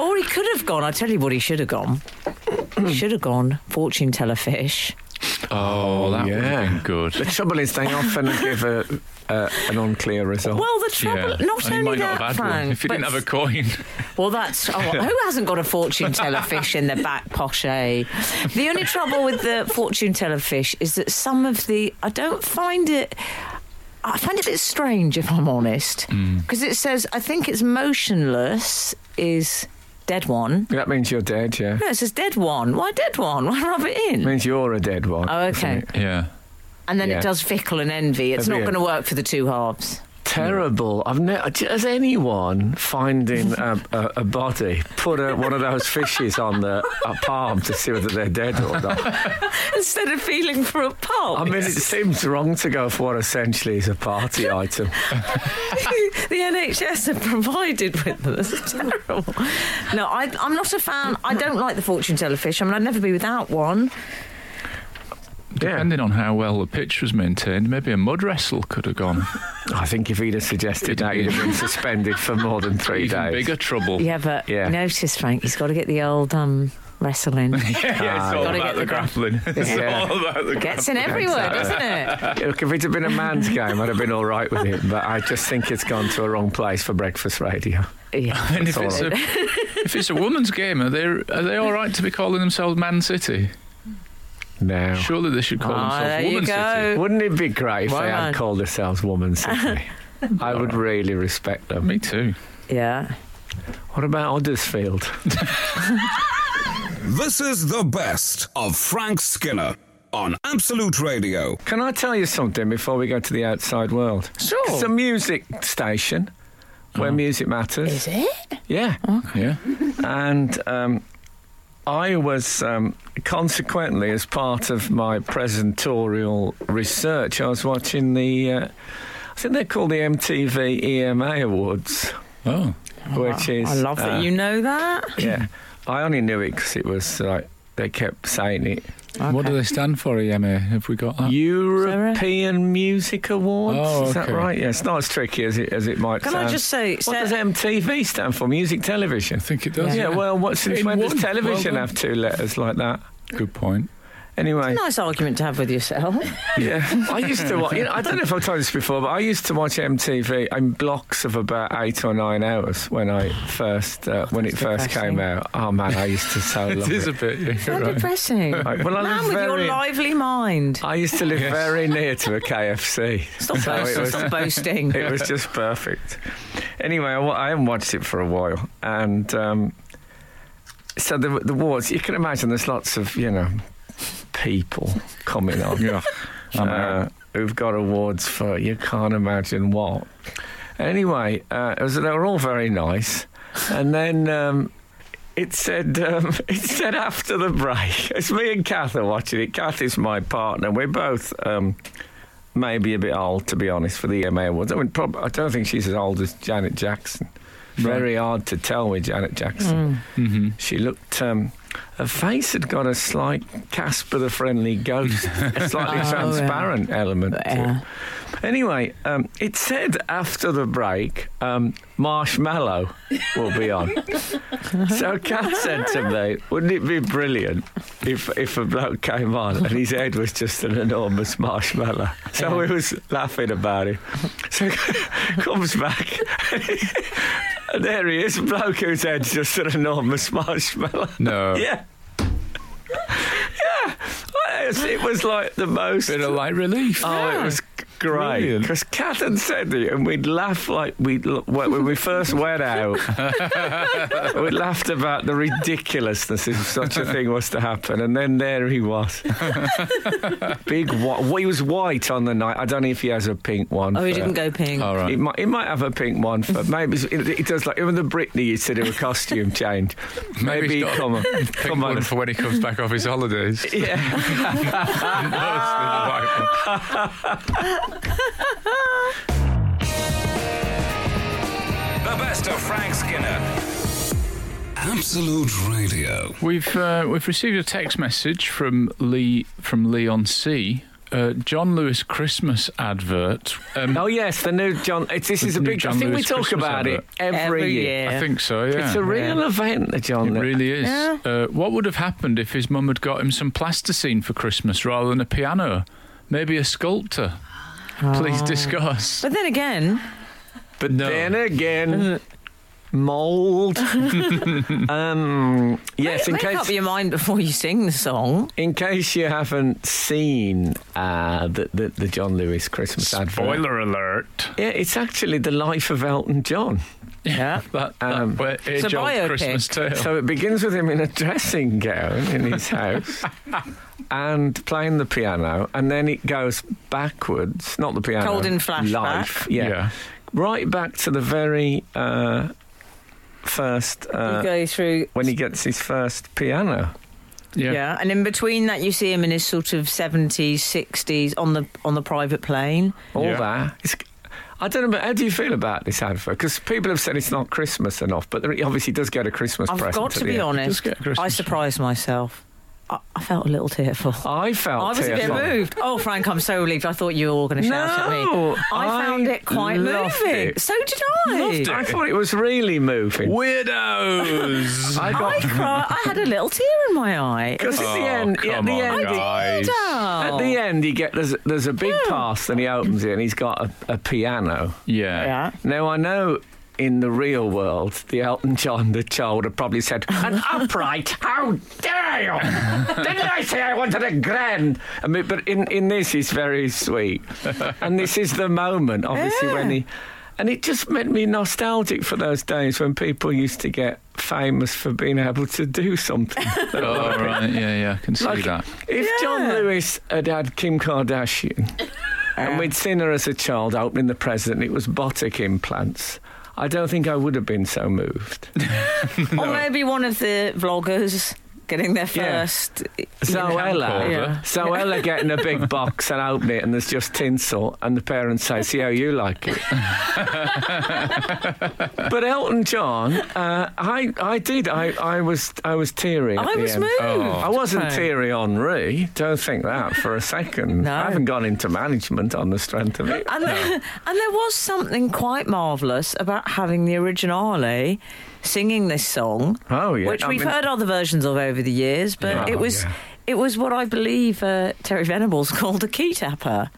Or he could have gone. I tell you what, he should have gone. He should have gone. Fortune teller fish.
Oh, that would have been
The
good.
trouble is, they often give a, uh, an unclear result.
Well, the trouble. Not
and he
only
might
that,
not have had
Frank,
one if he didn't
but-
have a coin.
Well, that's oh, who hasn't got a fortune teller fish in their back poche. The only trouble with the fortune teller fish is that some of the I don't find it. I find it a bit strange, if I'm honest,
Hmm.
because it says I think it's motionless is dead one.
that means you're dead. Yeah,
No, it says dead one. Why dead one? Why rub it in?
means you're a dead one.
Oh,
doesn't
okay.
it?
Yeah.
And then
Yeah.
it does fickle and envy. It's
Have
not
you?
going to work for the two halves.
Terrible. I've ne- has anyone finding a, a, a body put a, one of those fishes on the a palm to see whether they're dead or not?
Instead of feeling for a pulp,
I mean, it seems wrong to go for what essentially is a party item.
the NHS have provided with them. It's terrible. No, I, I'm not a fan. I don't like the fortune teller fish. I mean, I'd never be without one.
Yeah.
Depending on how well the pitch was maintained, maybe a mud wrestle could have gone.
I think if he'd have suggested that, he'd have been suspended for more than three
Even
days.
bigger trouble.
Yeah, but
Yeah.
notice, Frank, he's got to get the old um, wrestling.
Yeah, it's all
Gotta get the gra-
grappling. It's
Yeah.
about the
Gets in everywhere, doesn't it?
Look, if it had been a man's game, I'd have been all right with it. But I just think it's gone to a wrong place for breakfast radio.
Yeah.
And if
That's
it's,
all
a, if it's a woman's game, are they are they all right to be calling themselves Man City?
No.
Surely they should call
Ah, there
themselves
you
Woman City.
go.
Wouldn't it be great if
Why
they had
not?
called themselves Woman City? I would really respect them.
Me too.
Yeah.
What about Huddersfield?
This is the best of Frank Skinner on Absolute Radio.
Can I tell you something before we go to the outside world?
Sure. Mm.
It's a music station where music matters.
Is it?
Yeah.
Yeah.
and um, I was um, consequently, as part of my presentorial research, I was watching the. Uh, I think they're called the MTV EMA E Awards,
Oh.
which is.
I love that
uh,
you know that.
Yeah, I only knew it because it was like they kept saying it.
What do they stand for, EMA? Have we
Oh.
got that?
European Music Awards.
Oh,
Is that
okay.
right? Yeah, it's not as tricky as it as it might
Can
sound.
I just say,
what
Sarah-
does MTV stand for? Music Television.
I think it does.
Yeah, well, what, since
In
when does
one.
television
Well
have two letters like that?
Good point.
Anyway,
nice argument to have with yourself.
yeah, I used to watch. You know, I don't know if I've told you this before, but I used to watch MTV in blocks of about eight or nine hours when I first uh, when it first
depressing.
came out. Oh man, I used to so love
It is a bit. Yeah,
How
you're right.
depressing.
Right, well, I
Man
live
with your
very-
lively mind.
I used to live very near to a KFC.
Stop
So it
boasting.
was-
Stop boasting.
it was just perfect. Anyway, I, wa- I haven't watched it for a while, and um, so the the wars. You can imagine there's lots of you know people coming on
Yeah. I'm
uh,
out.
who've got awards for you can't imagine what. Anyway, uh, it was, they were all very nice, and then. Um, it said, um, it said after the break. It's me and Kath are watching it. Kath is my partner. We're both um, maybe a bit old, to be honest, for the EMA Awards. I mean, prob- I don't think she's as old as Janet Jackson. Very hard to tell with Janet Jackson.
Mm.
She looked. Um, her face had got a slight Casper the Friendly Ghost, a slightly
Oh, yeah.
transparent element. to it.
Yeah.
Anyway, um, it said after the break, um, Marshmallow will be on. so Kat said to me, wouldn't it be brilliant if, if a bloke came on and his head was just an enormous marshmallow? So we was laughing about it. So comes back. And there he is, a bloke whose head's just an enormous marshmallow.
No.
Yeah. yeah. It was like the most.
Bit of light relief.
Oh, it was g- great
Brilliant.
because Kat had said it, and we'd laugh like we when we first went out. we laughed about the ridiculousness if such a thing was to happen, and then there he was, big white. Well, he was white on the night. I don't know if he has a pink one.
Oh, he
for-
didn't go ping.
All right.
It might, it might have a pink one for maybe it, it does like even the Britney you said it was costume change. Maybe,
he's
he
got a
come on,
Pick
come
one
on.
for when he comes back off his holidays.
Yeah.
Mostly the white one.
The best of Frank Skinner. Absolute Radio.
We've uh, we've received a text message from Lee from Leon C. Uh, John Lewis Christmas advert. Um,
Oh yes, the new John. It's, this is a
new
big. I
John
think we
Lewis
talk
Christmas
about
advert.
it every,
Every year.
I think so. Yeah,
It's a real event, the John.
It really is.
Yeah.
Uh, what would have happened if his mum had got him some plasticine for Christmas rather than a piano? Maybe a sculptor. Please discuss.
But then again,
but
No.
then again, mold. um, yes, in
make up
case
your mind before you sing the song.
in case you haven't seen uh, the, the the John Lewis Christmas advert.
Spoiler alert.
Yeah, it's actually the life of Elton John.
Yeah.
That, that
Um,
where-
It's a
age-old
biopic.
Christmas tale.
So it begins with him in a dressing gown in his house and playing the piano, and then it goes backwards. Not the piano.
Told in flashback.
Life. Yeah.
Yeah.
Right back to the very uh, first.
you
Uh,
go through.
when he gets his first piano.
yeah.
Yeah. and in between that, you see him in his sort of seventies, sixties on the on the private plane.
All
Yeah.
that. It's, I don't know, but how do you feel about this advert? Because people have said it's not Christmas enough, but there, he obviously does get a Christmas
I've
present.
got
at
to
the
be
end.
honest.
get a Christmas
I surprised myself. I, I felt a little tearful.
I felt
I was a bit
tearful.
moved. Oh, Frank, I'm so relieved. I thought you were all going to shout at
No,
me. I,
I
found it quite
loved
moving.
it.
So did I.
I thought it was really moving.
Weirdos.
I got
I cried. I had a little tear in my eye. It was
Because
Oh,
at the end, at
come
the
on,
end,
guys.
at
down.
the end, you get there's there's a big pass, and he opens it, and he's got a, a piano.
Yeah.
Yeah.
Now I know. In the real world, the Elton John, the child, had probably said, "An upright? How dare you? Didn't I say I wanted a grand?" I mean, but in, in this, he's very sweet, and this is the moment, obviously, when he And it just made me nostalgic for those days when people used to get famous for being able to do something.
Oh, right. Yeah, yeah. I can see that.
If John
Yeah.
Lewis had had Kim Kardashian and we'd seen her as a child opening the present, it was botic implants. I don't think I would have been so moved.
Or maybe one of the vloggers getting there
Yeah.
first.
So Ella,
camcorder.
Yeah.
so Ella getting a big box and opening it, and there's just tinsel, and the parents say, "See how you like it." but Elton John, uh, I I did I, I was I was teary. at
I
the
was
end.
moved.
Oh.
I wasn't
Right.
teary Henri. Don't think that for a second.
No.
I haven't gone into management on the strength of it.
And, there, and there was something quite marvellous about having the originale singing this song.
Oh, yeah.
Which
I
we've
mean-
heard other versions of over the years, but
Yeah.
it was
Yeah.
it was what I believe uh, Terry Venables called a key tapper.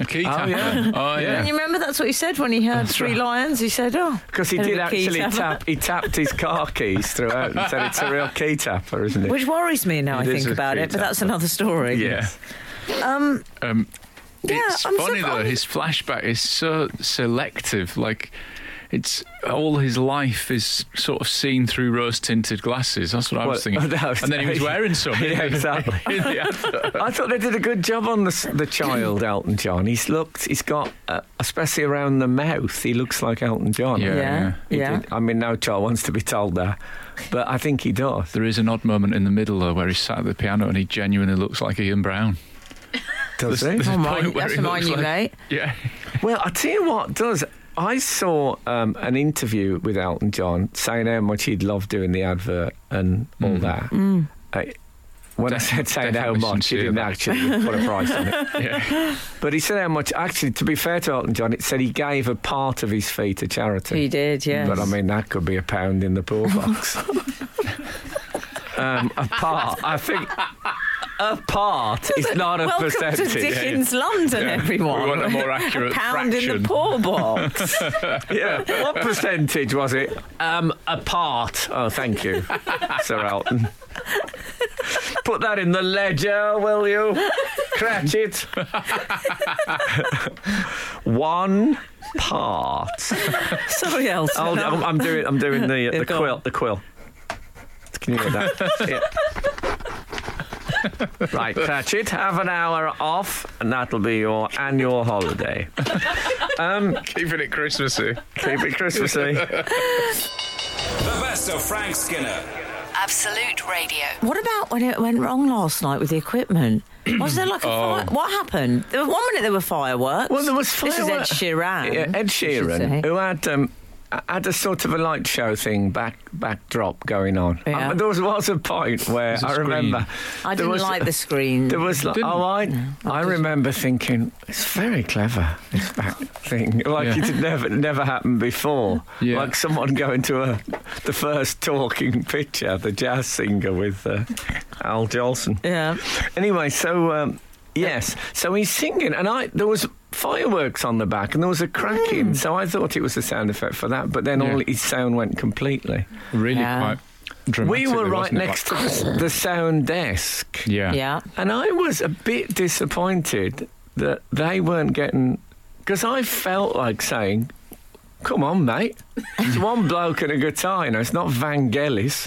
A key
Oh,
tapper.
yeah.
Oh,
And
yeah.
you remember that's what he said when he heard Three Lions? He said, oh.
Because he
bit of
did
a key
actually
tapper.
tap. He tapped his car keys throughout and said it's a real key tapper, isn't it?
Which worries me now
It
I
is
think
a
about
key
it, but that's
tapper.
another story.
Yeah. Um,
Yeah,
it's
I'm so
funny though.
fun-
His flashback is so selective. Like, it's all his life is sort of seen through rose-tinted glasses. That's what I was
Well,
thinking.
that was-
and then he was wearing some.
Yeah, exactly.
in the advert.
I thought they did a good job on the s- the child Elton John. He's looked. He's got, uh, especially around the mouth. He looks like Elton John.
Yeah,
Yeah.
yeah.
He
yeah.
did. I mean, no child wants to be told that, but I think he does.
There is an odd moment in the middle though where he's sat at the piano and he genuinely looks like Ian Brown.
Does he?
There's a
Oh, my-
point where
that's
he
mine,
looks
you
like-
mate.
Yeah.
Well, I tell you what does. I saw um, an interview with Elton John saying how much he'd love doing the advert and all that. I- when I
Def-
said saying how
definitely
much, he
sincere,
didn't
that.
actually put a price on it.
Yeah.
But he said how much. Actually, to be fair to Elton John, it said he gave a part of his fee to charity.
He did, yeah.
But I mean, that could be a pound in the poor box. um, a part, I think. A part is not a
Welcome
percentage.
to Dickens London, everyone.
We want a more accurate
pound in
fraction.
the poor box.
Yeah. What percentage was it? Um, a part. Oh, thank you, Sir Elton. Put that in the ledger, will you? Cratchit. One part.
Sorry, Elton.
I'll, Oh, I'm, I'm doing. I'm doing the
Yeah,
the
go
quill.
on.
The quill. Can you hear that? Yeah. Right, Cratchit, have an hour off, and that'll be your annual holiday.
Keeping it Christmassy.
Keep it Christmassy.
The best of Frank Skinner.
Absolute Radio.
What about when it went wrong last night with the equipment? Was there like a fire? What happened? There were, one minute there were fireworks.
Oh. Well, there was
This is Ed
fireworks.
Sheeran.
Yeah, Ed
I should
Sheeran,
say.
who had um, had a sort of a light show thing back backdrop going on.
Yeah.
Um, there was, was a point where
There's a
I
screen.
remember.
I
there
didn't
was-
like the screen.
There was like,
Didn't-
oh, I, I remember thinking it's very clever this back thing, like
Yeah.
it had never never happened before.
Yeah.
Like someone going to a the first talking picture, the jazz singer with uh, Al Jolson.
yeah.
Anyway, so um, yes, so he's singing, and I there was fireworks on the back, and there was a cracking. So I thought it was a sound effect for that, but then
Hmm. Yeah.
all his sound went completely.
Really
Yeah.
quite dramatic.
we were
wasn't
right
it?
next to
Like-
the, the sound desk,
Yeah.
Yeah.
and I was a bit disappointed that they weren't getting because I felt like saying. Come on, mate. It's one bloke and a guitar, you know. It's not Vangelis.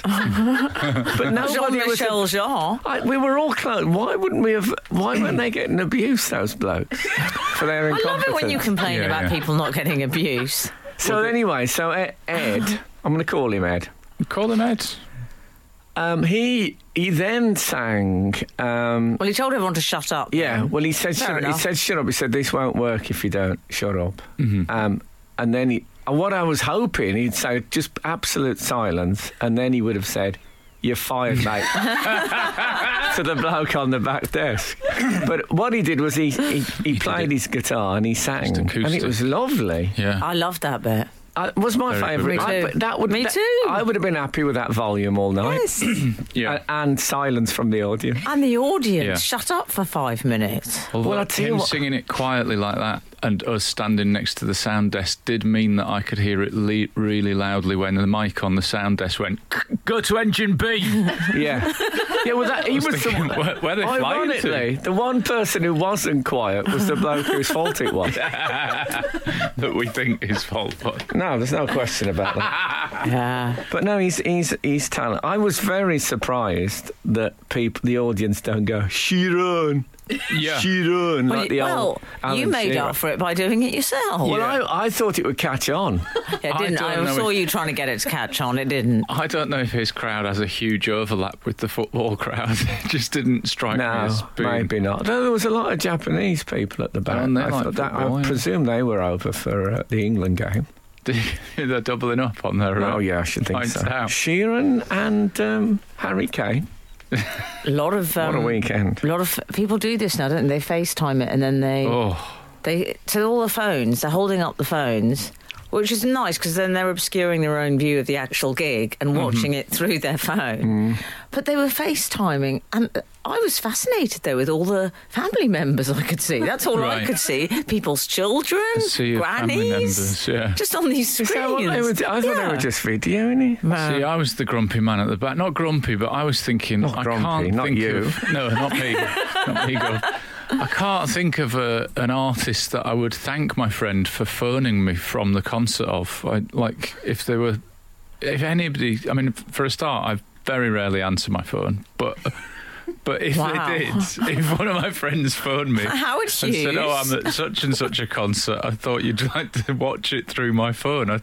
but nobody was
Jean-Michel Oh, Jarre.
I, we were all close. Why wouldn't we have? Why weren't they getting abused? Those blokes for their
I love
incompetence.
it when you complain
Yeah,
about
yeah.
people not getting abuse.
So anyway, so E- Ed, I'm going to call him Ed.
Call them out.
Um, he he then sang. Um,
Well, he told everyone to shut up.
yeah, well he said
Fair
shut, he
enough.
said shut up. He said this won't work if you don't shut up.
Mm-hmm.
Um, and then he, and what I was hoping he'd say just absolute silence, and then he would have said. You're fired, mate. to the bloke on the back desk. But what he did was he he, he, played
it
his guitar and he sang, and it
acoustic. was
was lovely.
Yeah.
I love that bit.
I, was my
Very
favourite.
good.
Me
I-
too.
but That would
Me
that-
too.
I would have been happy with that volume all night
Yes.
yeah.
A- and silence from the audience.
and the audience
Yeah.
shut up for five minutes.
Although
Well, I tell you
him
what-
singing it quietly like that and us standing next to the sound desk did mean that I could hear it le- really loudly when the mic on the sound desk went, "Go to engine B."
Yeah, Yeah, well, that, he was, the
Thinking, where, where they flying
Ironically,
to?
the one person who wasn't quiet was the bloke whose fault it was.
That we think is fault. But
No, there's no question about that.
Yeah.
But no, he's he's he's talent. I was very surprised that people, the audience, don't go Sheeran,
yeah,
Sheeran
Well,
like
you-
the old.
well, you
Alan
made
Shearer.
up for it by doing it yourself.
Well,
Yeah.
I, I thought it would catch on.
Yeah,
I
didn't I?
don't know
saw
if-
you trying to get it to catch on. It didn't.
I don't know if his crowd has a huge overlap with the football crowd. it just didn't strike me
No,
as being.
maybe not. No, there was a lot of Japanese people at the back.
and they
I,
like
thought that,
football,
I
yeah.
presume they were over for uh, the England game.
They're doubling up on their. uh,
Oh yeah, I should think
points
so.
now.
Sheeran and um, Harry Kane.
A lot of um,
What a weekend!
lot of people do this now, don't they? They FaceTime it and then they
Oh,
they to all the phones. They're holding up the phones, which is nice because then they're obscuring their own view of the actual gig and
Mm-hmm.
watching it through their phone.
Mm.
But they were FaceTiming, and uh, I was fascinated though with all the family members I could see. That's all I
Right.
could see: people's children,
See your family
grannies,
members, yeah.
just on these screens.
Is that what they were do- I thought they
Yeah.
were just videoing it.
see, I was the grumpy man at the back. Not grumpy, but I was thinking.
Not
I
grumpy,
can't
not
think
you.
Of, no, not me. not me. Grumpy. I can't think of a, an artist that I would thank my friend for phoning me from the concert of. I, like, if they were, if anybody, I mean, f- for a start, I very rarely answer my phone, but. But if
Wow.
they did, if one of my friends phoned me
Howard
and said, "Oh,
Hughes.
I'm at such and such a concert. I thought you'd like to watch it through my phone." I,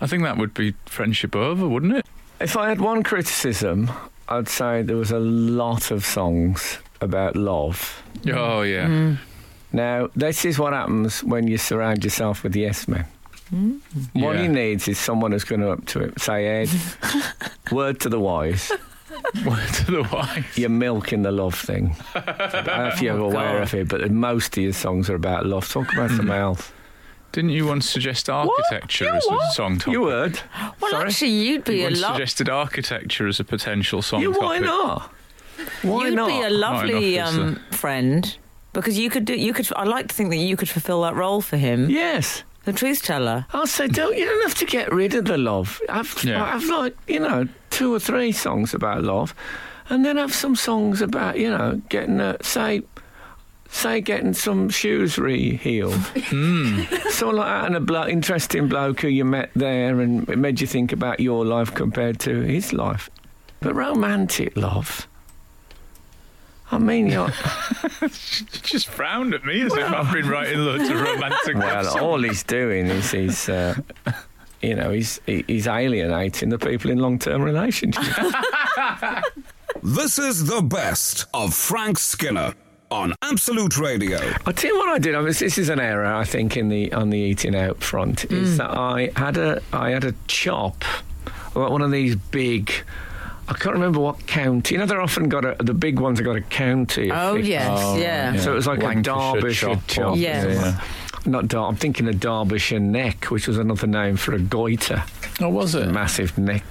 I think that would be friendship over, wouldn't it?
If I had one criticism, I'd say there was a lot of songs about love.
Oh yeah,
Mm. Now, this is what happens when you surround yourself with yes men. Mm. What
Yeah.
he needs is someone who's going to up to him. Say, Ed, word to the wise,
word to the wise.
you're milking the love thing. I don't know if you're aware
God.
of it, but most of your songs are about love. Talk about something else.
Didn't you once suggest
What?
architecture
You
as a
what?
song topic?
You would.
Well,
Sorry?
actually, you'd be
You
a
once
lot.
suggested architecture as a potential song
You, why
topic.
not? Why
You'd
not? uh,
be a lovely
enough, is
um, friend because you could do. You could. I like to think that you could fulfil that role for him,
yes.
the truth teller.
I'll say, don't you don't have to get rid of the love. Have,
Yeah.
have like you know two or three songs about love, and then have some songs about you know getting a, say say getting some shoes rehealed. Someone like that, and a blo- interesting bloke who you met there, and it made you think about your life compared to his life. But romantic love. I mean, you're,
You just frowned at me as if I've been writing loads of romantic love
well,
songs.
all he's doing is he's. Uh, You know, he's he- he's alienating the people in long-term relationships.
This is the best of Frank Skinner on Absolute Radio.
I'll tell you what I did. I was, this is an error, I think, in the on the eating out front. Is that I had a I had a chop, like one of these big. I can't remember what county. You know, they're often got a, the big ones. have got a county. I
Oh
think.
yes, yeah.
So it was like a
Lancashire
Derbyshire chop.
or-
Yes.
Yeah.
Not Dar- I'm thinking a Derbyshire neck, which was another name for a goiter,
Oh, was it?
massive neck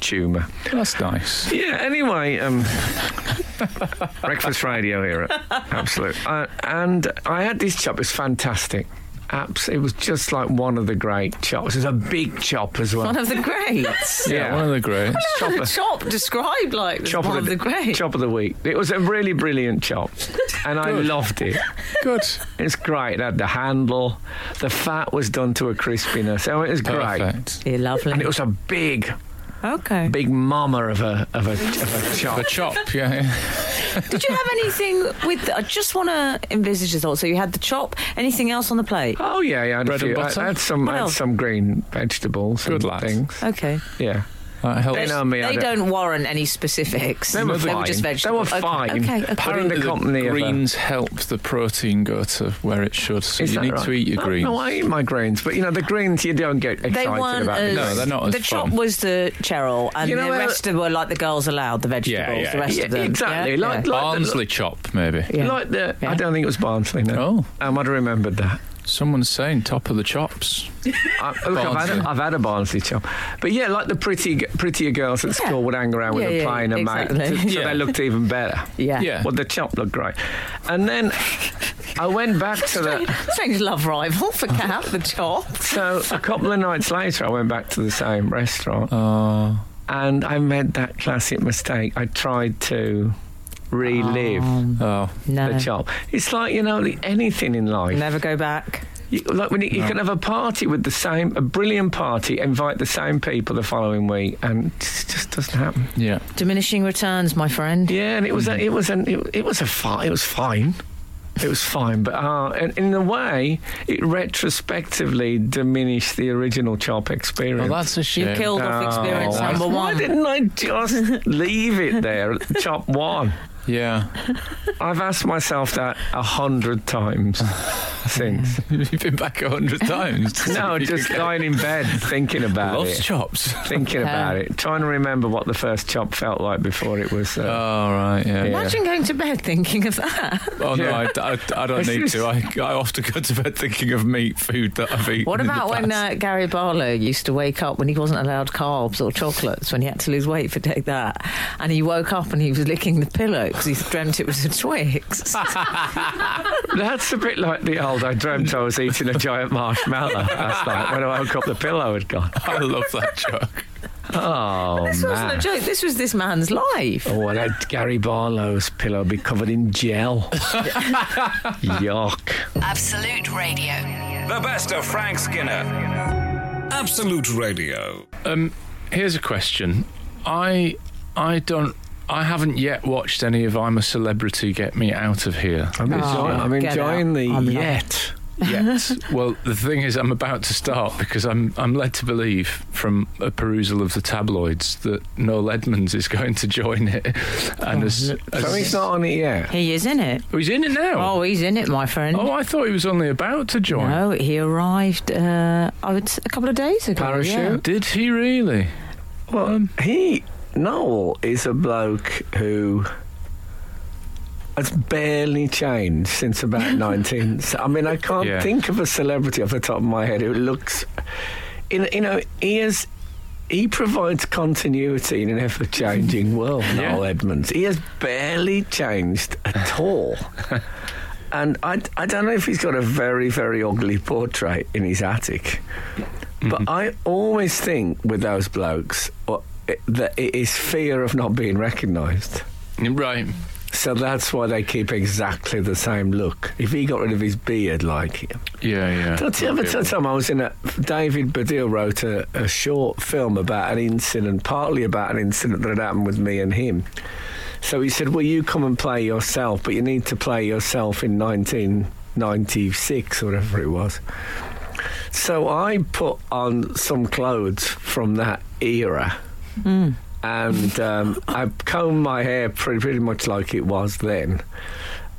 tumour.
That's nice.
Yeah, anyway, um, breakfast radio here at Absolute. Uh, and I had this chop, it was fantastic. Abs- it was just like one of the great chops. It was a big chop as well.
One of the greats.
Yeah,
Yeah.
one of the greats.
The chop described like
Chop
one of the, greats.
Chop of the week. It was a really brilliant chop, and I loved it.
Good.
It's great. It had the handle, the fat was done to a crispiness. Oh, it was great.
Perfect.
You're lovely.
And it was a big,
okay.
big mama of a of a, of a chop.
The chop, yeah. yeah.
Did you have anything with? I just want to envisage this all. So you had the chop. Anything else on the plate?
Oh yeah, yeah. I had a
Bread and
few- I-
butter?
I had some,
What
I had
else?
some green vegetables
Good
and
lad.
things.
Okay.
Yeah.
That helps.
They know me. I
they don't warrant any specifics.
They were
were
fine.
just
They were
vegetables. Okay,
fine.
Okay. okay.
Apparently- in the company of a-
greens help the protein go to where it should, so
Is
you
that
need to
right?
eat your
No,
greens.
No, I eat my greens, but you know the greens you don't get excited
They weren't
about.
as,
the
No,
greens.
they're not as
The chop
fun.
was the Cheryl, and
You know
the
how-
rest of were like the girls allowed the vegetables.
yeah,
the rest
yeah,
of them.
exactly.
Yeah?
Like,
Yeah.
like, the,
Barnsley chop, maybe.
Yeah.
like the.
Yeah.
I don't think it was Barnsley. No.
Oh.
Um, I'd have remembered that.
Someone's saying top of the chops.
I, look, I've had,
Barnsley.
a, I've had a Barnsley chop, but yeah, like the pretty, g- prettier girls at school would hang around with
Yeah,
a
yeah,
plane and make-
exactly.
so
Yeah.
they looked even better.
yeah.
Yeah.
Well, the chop looked great, and then I went back to the.
Strange love rival for Cat, the chop.
So a couple of nights later, I went back to the same restaurant,
Uh,
and I made that classic mistake. I tried to relive
Um,
Oh,
No.
the chop. It's like you know the- anything in life.
Never go back.
You, like when you, you can have a party with the same, a brilliant party, invite the same people the following week, and it just just doesn't happen.
yeah.
Diminishing returns, my friend.
Yeah, and it was a, it was an it, it was a fi- it was fine. It was fine, but uh, and in a way, it retrospectively diminished the original chop experience.
Well, that's a shame.
You killed off experience
Oh,
number
Why
one.
didn't I just leave it there? at Chop one.
Yeah.
I've asked myself that a hundred times since.
You've been back a hundred times. to see
No,
if you
just
could get
lying in bed thinking about
Lost
it.
chops.
Thinking about it, trying to remember what the first chop felt like before it was. Uh,
Oh, right, yeah.
Yeah.
Imagine going to bed thinking of that.
Oh, no,
Yeah.
I, I, I don't
It's
need
just-
to. I, I often go to bed thinking of meat food that I've eaten.
What
in the
about when
past.
uh, Gary Barlow used to wake up when he wasn't allowed carbs or chocolates when he had to lose weight for take that, and he woke up and he was licking the pillow because he dreamt it was a Twix.
Uh,
that's a bit like the old. I dreamt I was eating a giant marshmallow last night. When I woke up, the pillow had gone.
I love that joke.
Oh
this wasn't a
man!
joke. This was this man's life.
Oh, I let Gary Barlow's pillow be covered in gel. Yuck.
Absolute Radio.
The best of Frank Skinner. Absolute Radio.
Um, here's a question. I I don't I haven't yet watched any of I'm a Celebrity Get Me Out of Here.
I'm, enjoy- I'm
Oh, get
enjoying
out.
the
I'm not.
yet.
Yet. well, the thing is I'm about to start because I'm I'm led to believe from a perusal of the tabloids that Noel Edmonds is going to join it. And as, as
Oh, So he's not on it yet.
He is in it.
Oh, he's in it now.
Oh, he's in it, my friend.
Oh, I thought he was only about to join.
no, he arrived. Uh, I would s- a couple of days ago. yeah.
Parachute?
Did he really? Um,
Well, he Noel is a bloke who has barely changed since about 19. So, I mean, I can't
Yeah.
think of a celebrity off the top of my head who looks. You know, you know he is. He provides continuity in an ever-changing world.
Yeah.
Noel Edmonds. He has barely changed at all. And I, I don't know if he's got a very, very ugly portrait in his attic. But I always think with those blokes uh, it- that it is fear of not being recognised.
Right.
So that's why they keep exactly the same look. If he got rid of his beard like him.
Yeah, yeah.
Don't you ever tell time I was in a. David Baddiel wrote a, a short film about an incident, partly about an incident that had happened with me and him. So he said, Well, you come and play yourself, but you need to play yourself in 1996 or whatever it was. So I put on some clothes from that era. And um, I combed my hair pretty, pretty much like it was then.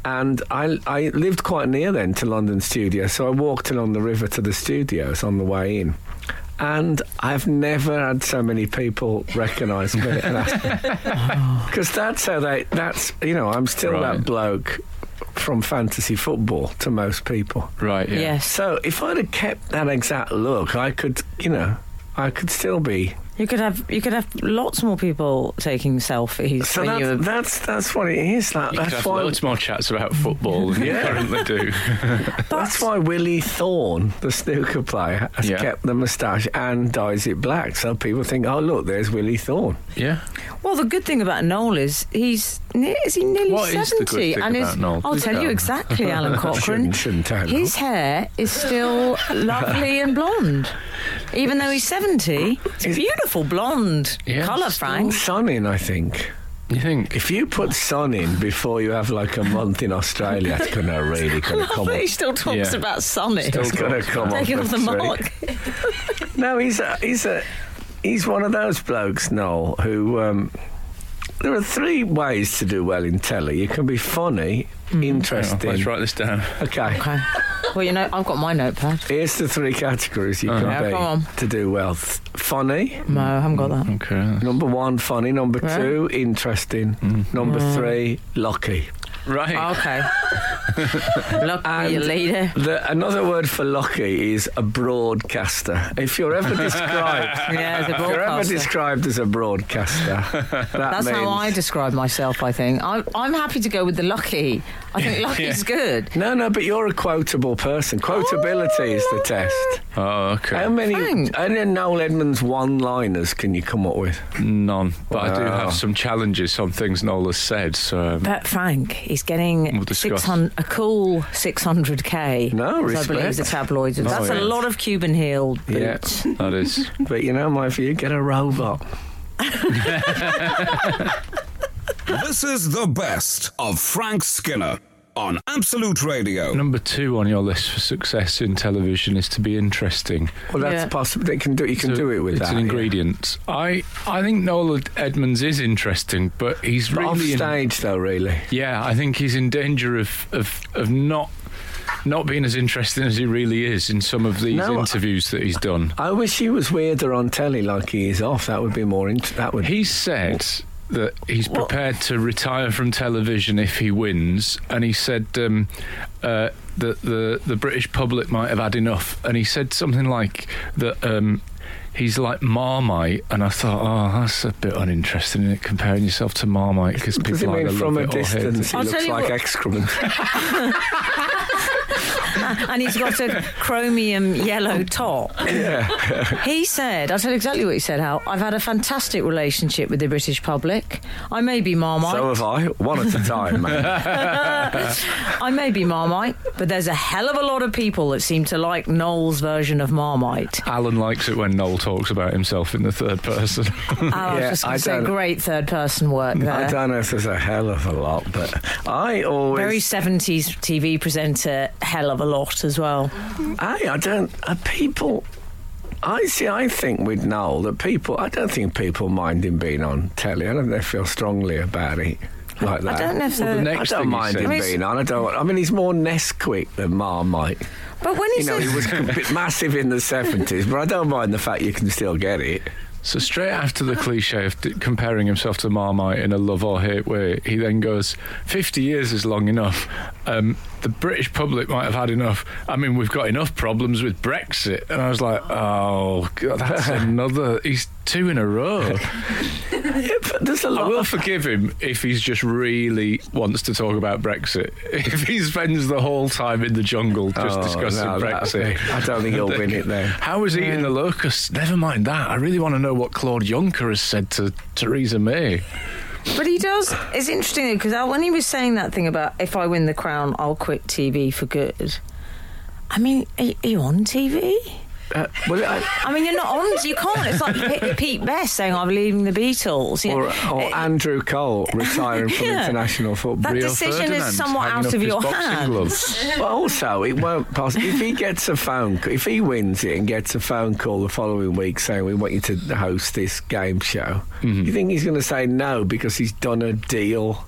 And I, I lived quite near then to London studio, so I walked along the river to the studios on the way in. And I've never had so many people recognise me and ask me. Because that's how they, that's, you know, I'm still
Right.
that bloke from fantasy football to most people.
Right, yeah.
Yes,
So if I'd have kept that exact look, I could, you know, I could still be.
you could have you could have lots more people taking selfies
So
when
that's,
you were
that's that's what it is. Like,
You could
that's
have
why
loads more chats about football than
Yeah.
you currently do.
that's why Willie Thorne, the snooker player, has
Yeah.
kept the moustache and dyes it black. So people think, oh look, there's Willie Thorne.
Yeah.
Well, the good thing about Noel is he's ne- is he nearly
What is the good
seventy,
thing
and
about
is
Noel?
I'll
Please
tell you
go.
exactly, Alan Cochrane.
Shouldn't, shouldn't tell.
His hair is still lovely and blonde, even though he's seventy. It's
Is-
beautiful blonde
Yeah,
colour,
it's still-
Frank.
Sun in, I think.
You think?
If you put sun in before you have like a month in Australia, it's gonna really gonna come.
Lovely.
up-
He still talks
Yeah.
about Sonny.
It's gonna come.
Taking
up
off the
next week.
mark.
No, he's a, he's a he's one of those blokes, Noel, who um, there are three ways to do well in telly. You can be funny,
Oh,
interesting.
let's write this down.
Okay.
Okay. Well, you know, I've got my notepad.
Here's the three categories you
Yeah,
can
come Uh-huh. on.
be to do well. Th- Funny,
No, I haven't got that.
Okay.
number one, funny. Number
Yeah. Mm.
two, interesting. Number three, lucky.
Right.
Okay. Look, you leader.
The, another word for Lockie is a broadcaster. If you're ever described,
Yeah, as a
if you're ever
broadcaster.
described as a broadcaster, that
That's
means,
how I describe myself. I think I'm. I'm happy to go with the lucky. I think lucky's good.
No, no, but you're a quotable person. Quotability is the test.
oh, okay.
How many?
Thanks.
And then Noel Edmonds one-liners can you come up with?
None. But I do
Wow.
have some challenges on things Noel has said. So um,
But Frank is getting
We'll discuss.
600, a cool 600k.
No,
as I believe
respect.
the tabloids.
No,
That's a
yeah.
lot of Cuban heel
Yeah.
boots.
that is.
But you know my view. Get a robot.
This is the best of Frank Skinner on Absolute Radio.
Number two on your list for success in television is to be interesting.
Well, that's
Yeah.
possible. They can do. You can
So
do it with
it's
that.
an ingredient. I I think Noel Edmonds is interesting, but he's
But off
really in-
stage, though, really.
yeah. I think he's in danger of of, of not. Not being as interesting as he really is in some of these
No, I-
interviews that he's done.
I wish he was weirder on telly like he is off. That would be more. Int- that would.
He said that he's prepared to retire from television if he wins, and he said um, uh, that the the British public might have had enough. And he said something like that. Um, He's like Marmite, and I thought, oh, that's a bit uninteresting, isn't it? Comparing yourself to Marmite because people
Does it
either
mean
love
from a
it or hate it.
distance? It
I'll tell
looks
you
like
what-
excrement.
and he's got a chromium yellow top. he said, I tell you exactly what he said, Hal. I've had a fantastic relationship with the British public. I may be Marmite.
so have I. One at a time, man.
I may be Marmite, but there's a hell of a lot of people that seem to like Noel's version of Marmite.
Alan likes it when Noel talks about himself in the third person.
Oh, I was
Yeah,
just
I
going to say,
don't-
great third person work
I
there.
don't know if there's a hell of a lot, but I always.
Very 70s TV presenter, hell of a lot as well.
I, I don't. Uh, people. I see. I think with Noel that people. I don't think people mind him being on telly. I don't think they feel strongly about it
I
like that.
don't know if
the
they're-
next- thing
I don't
he
mind
said.
him
I mean,
being on. I don't. I mean, he's more Nesquik than Marmite.
But when he
You know,
says.
he was a bit massive in the seventies, but I don't mind the fact you can still get it.
So straight after the cliche of d- comparing himself to Marmite in a love or hate way, he then goes, 50 years is long enough. Um, the British public might have had enough. I mean, we've got enough problems with Brexit. And I was like, oh, God, that's another... He's two in a row.
Yeah, but there's a
I
lot.
will
of,
forgive him if he's just really wants to talk about Brexit. If he spends the whole time in the jungle just
Oh,
discussing
no, that-
Brexit.
I don't think he'll win it there.
How is eating the locusts? Never mind that. I really want to know what Claude Juncker has said to Theresa May.
But he does. It's interesting because when he was saying that thing about if I win the crown, I'll quit TV for good. I mean, are you on TV?
Uh, well, I,
I mean, you're not on. You can't. It's like Pe- Pete Best saying, "I'm leaving the Beatles." You know,
or, or
it-
Andrew Cole retiring from
Yeah.
international football.
that decision is
Ferdinand
somewhat
hanging
out
up
of
his
your
boxing
hands.
gloves.
But also, it won't pass. If he gets a phone, c- if he wins it and gets a phone call the following week saying we want you to host this game show, you think he's going to say no because he's done a deal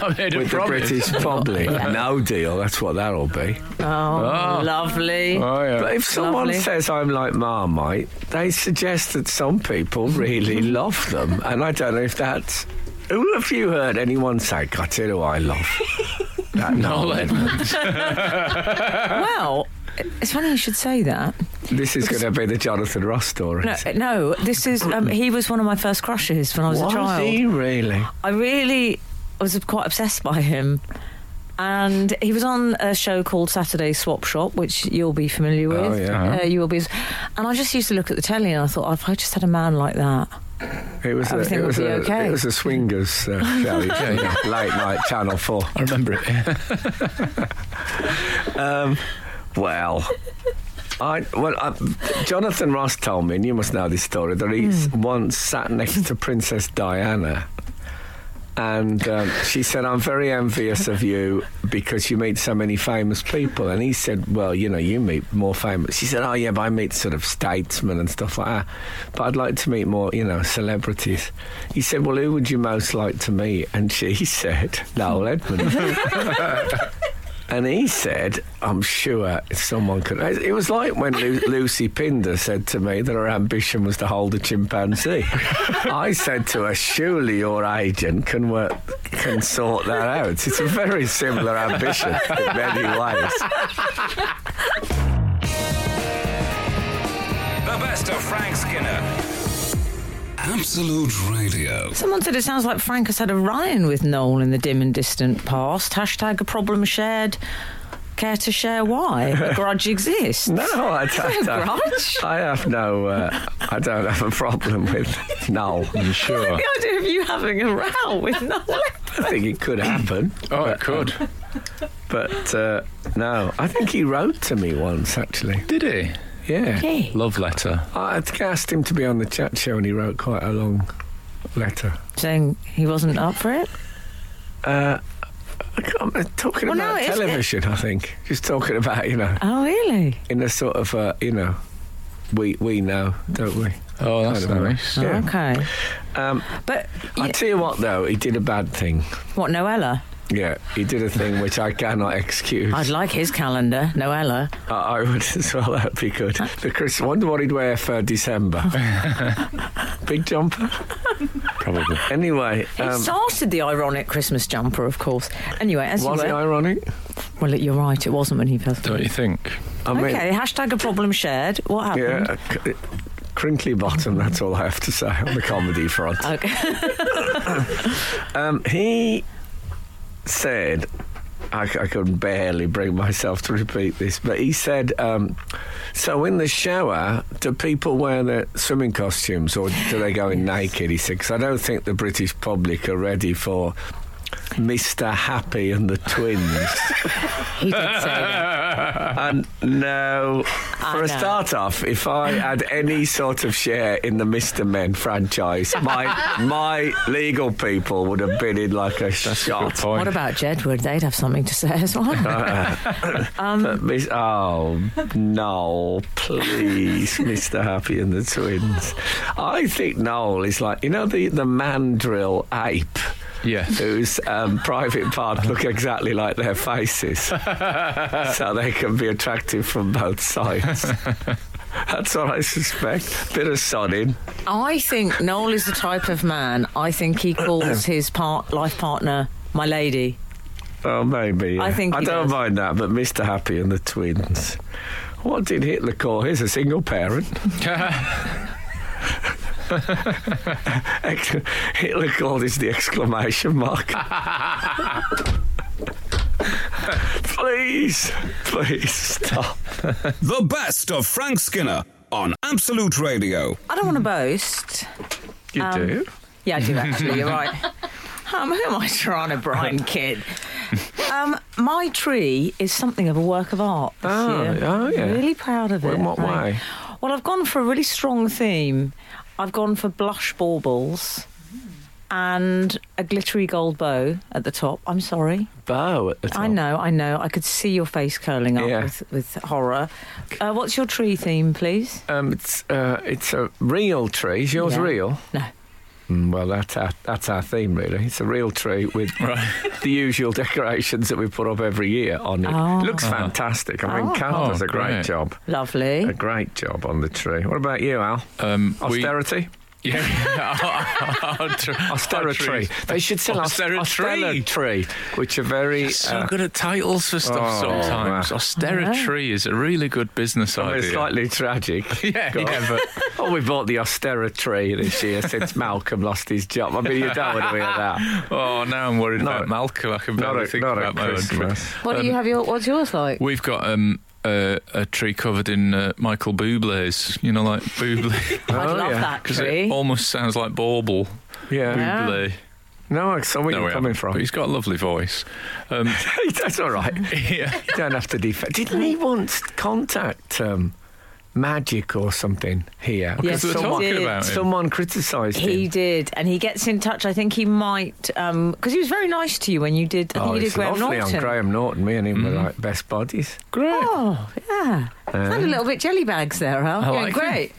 I made a
with the
promise.
British public? no deal. That's what that'll be.
Oh, lovely.
Oh, yeah.
But if someone
Lovely.
says I'm like Marmite, they suggest that some people really love them, and I don't know if that's. Who have you heard anyone say, God, who do I love? That
Noel
Nolan.
Edmonds.
Well, it's funny you should say that.
This is going to be the Jonathan Ross story.
No, no this is. Um, he was one of my first crushes when I was,
was
a child.
he really?
I really was quite obsessed by him. And he was on a show called Saturday Swap Shop, which you'll be familiar with.
Oh, yeah.
Uh, you will be. And I just used to look at the telly and I thought, if I just had a man like that.
It was a,
Everything
it
will
was
be
a,
okay.
it was a swingers uh, show, yeah, yeah, late night Channel Four.
I remember it.
Um, well, I well, I, Jonathan Ross told me, and you must know this story, that he s- once sat next to Princess Diana. And um, she said, I'm very envious of you because you meet so many famous people. And he said, Well, you know, you meet more famous. She said, Oh, yeah, but I meet sort of statesmen and stuff like that. But I'd like to meet more, you know, celebrities. He said, Well, who would you most like to meet? And she said, Noel Edmonds. And he said, I'm sure if someone could. It was like when Lu- Lucy Pinder said to me that her ambition was to hold a chimpanzee. I said to her, Surely your agent can work can sort that out. It's a very similar ambition in many ways.
The best of Frank Skinner. Absolute Radio.
Someone said it sounds like Frank has had a run with Noel in the dim and distant past. Hashtag a problem shared. Care to share why a grudge exists?
No, I don't.
A grudge?
I have no. Uh, I don't have a problem with Noel. I'm sure.
The idea of you having a row with Noel.
I think it could happen.
Oh, it
um,
could.
But uh, no, I think he wrote to me once actually.
Did he?
Yeah,
Okay.
Love letter.
I I'd asked him to be on the chat show, and he wrote quite a long letter.
Saying he wasn't up for it.
I can't, uh, talking
Well, no,
about
it is-
television, I think. Just talking about you know,
Oh, really?
in a sort of uh, you know, we we know, don't we?
Oh, that's
Kind of
nice.
way. Yeah.
Okay.
Um,
But
I
y-
tell you what, though, he did a bad thing.
what, Noella?
Yeah, he did a thing which I cannot excuse.
I'd like his calendar, Noella.
I, I would as well. That'd be good. The Chris, wonder what he'd wear for December. Big jumper.
Probably.
Anyway,
It
um,
started the ironic Christmas jumper, of course. Anyway, as you
was
were,
it ironic?
well, you're right. It wasn't when he first.
Don't you think?
I mean,
okay. Hashtag a problem shared. What happened?
yeah, c- crinkly bottom. That's all I have to say on the comedy front.
Okay.
Um, he said, I, c- I could barely bring myself to repeat this, but he said, um, so in the shower, do people wear their swimming costumes or do they go in naked? He said, 'Cause I don't think the British public are ready for Mr. Happy and the Twins.
he did say that.
And no,
I
for a
know.
start off, if I had any sort of share in the Mr. Men franchise, my my legal people would have been in like a
Good
shot.
point.
What about Jedward? They'd have something to say as well. Um,
But Miss, oh no, please, Mr. Happy and the Twins. I think Noel is like you know the the mandrill ape.
yes.
Whose um, private part look exactly like their faces, so they can be attractive from both sides. That's what I suspect. Bit of sodding.
I think Noel is the type of man. I think he calls his part, life partner my lady.
Oh, maybe. yeah.
I think
I
he
don't
does.
mind that, but Mr. Happy and the twins. What did Hitler call his? A single parent? Ex- Hitler called this the exclamation mark. please, please stop.
The best of Frank Skinner on Absolute Radio.
I don't want to boast.
You
Um,
do?
Yeah, I do actually. You're right. Um, who am I trying to Brian Kidd? Um, my tree is something of a work of art this
Oh,
year.
oh, yeah.
Really proud of
Well,
it.
in what
Right.
way?
Well, I've gone for a really strong theme. I've gone for blush baubles and a glittery gold bow at the top. I'm sorry.
Bow at the top.
I know, I know. I could see your face curling up
Yeah.
with, with horror. Uh, what's your tree theme, please?
Um, it's, uh, it's a real tree. Is yours
Yeah.
real?
No.
Mm, well, that's our, that's our theme, really. It's a real tree with the usual decorations that we put up every year on it.
Oh.
Looks fantastic. I mean,
Oh.
Cal does
Ah. Oh,
a great,
great.
job.
Lovely.
A great job on the tree. What about you, Al?
Um, we-
Austerity?
Yeah. Our tr- our
Austerity.
trees.
They should sell us
Austerity.
Austerity, which are very.
So
uh,
good at titles for stuff
Oh,
sometimes.
wow.
Austerity is a really good business
I mean,
idea.
it's slightly tragic.
yeah,
God.
yeah, but
oh, we bought the austerity this year since Malcolm lost his job. I mean, you don't want to hear that.
oh, now I'm worried
Not
about
at-
Malcolm. I can
Not
barely
at-
think
not at
about my own tree.
Christmas.
What do you have? Your what's yours like?
We've got um, a, a tree covered in uh, Michael Bublé's. You know, like Bublé,
I'd
Oh,
love
yeah.
that
because
tree. Ah.
it almost sounds like bauble.
Yeah.
Yeah.
Bublé.
No, I saw where
No,
you're
we
coming
haven't, but
from.
He's got a lovely voice. Um,
That's all right.
yeah.
You don't have to defend. Didn't he once contact um, Magic or something here?
Yes,
Because we're
he
talking
did.
about him.
Someone criticised
He
him.
did, and he gets in touch. I think he might, because he was very nice to you when you did. I think
Oh,
you did
it's
Graham
lovely
Norton.
on Graham Norton. Me and him
Mm-hmm.
were like best buddies.
Great.
Oh, yeah. Sound a little bit jelly bags there, Al. You're
like
great.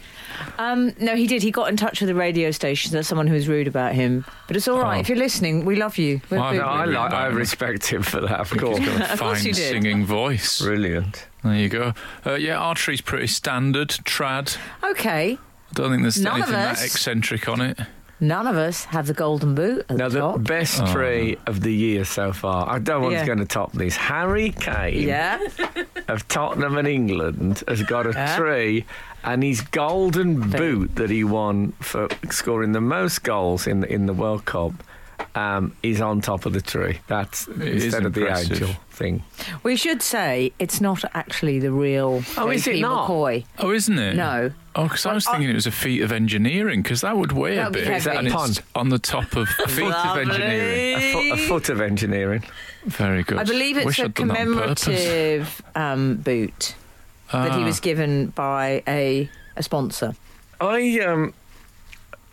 Um, no, he did. He got in touch with the radio station. There's someone who was rude about him, but it's all right.
Oh.
If you're listening, we love you. We're
Well,
big-
No, I,
Really
like, I
bad.
respect him for that, of course.
Got a
Of course
fine
you did.
singing voice.
Brilliant.
There you go. Uh, yeah, artery's pretty standard, trad.
okay.
I don't think there's
None of
anything that
us.
eccentric on it.
None of us have the golden boot at
Now,
the
the
top.
Oh,
best three of the year so far. I don't one's
Yeah.
going to top this. Harry Kane
yeah,
of Tottenham and England has got a
Yeah.
three, and his golden boot that he won for scoring the most goals in the, in the World Cup um, is on top of the tree. That's
is
instead of the
impressive.
angel thing.
we should say it's not actually the real
Oh, is
JP
it not?
McCoy.
Oh, isn't it?
No.
Oh, because I was
Well, I-
thinking it was a feat of engineering, because that would weigh
That
a
would be
bit.
heavy. Is that a
and it's
pond?
on the top of a feat of engineering.
A foot, a foot of engineering.
Very good.
I believe it's
Wish
a
I'd done that on purpose.
commemorative um, boot that he
Ah.
was given by a, a sponsor.
I um,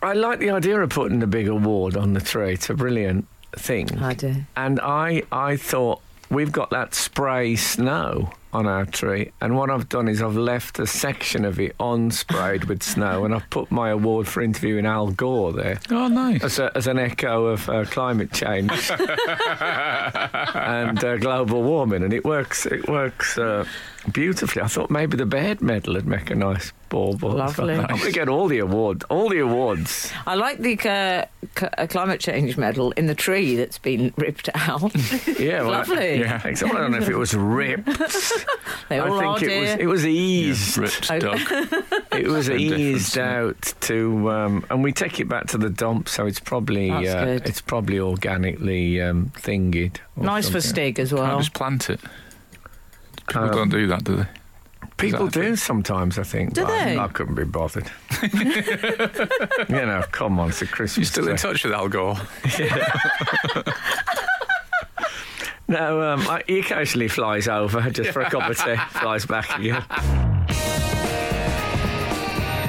I like the idea of putting a big award on the tree. It's a brilliant thing.
I do.
And I, I thought we've got that spray snow on our tree, and what I've done is I've left a section of it unsprayed with snow, and I've put my award for interviewing Al Gore there
Oh, nice.
as, a, as an echo of uh, climate change and uh, global warming, and it works. It works uh, beautifully. I thought maybe the Baird Medal would make a nice bauble.
Lovely.
I'm gonna get all the awards. All the awards.
I like the uh, c- uh, climate change medal in the tree that's been ripped out.
Yeah, well,
Lovely.
Yeah.
I don't know if it was ripped.
They all
I
are, Oh,
think
dear.
it was it was eased.
Ripped
Oh.
dog.
It was
a difference,
eased
yeah.
out to, um, and we take it back to the dump, so it's probably
That's
uh,
good.
it's probably organically um, thingied. or
nice for
something.
Stig as
I
well.
just plant it. People
Um,
don't do that, do they?
People
Is that a
do
thing?
sometimes, I think.
Do
but I-
they?
I couldn't be bothered. you know, come on, it's a Christmas.
You're still in
tree.
touch with Al Gore.
No, um, I, he occasionally flies over just for a cup of tea, flies back again.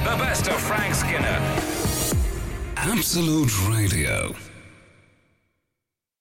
The best of Frank Skinner. Absolute Radio.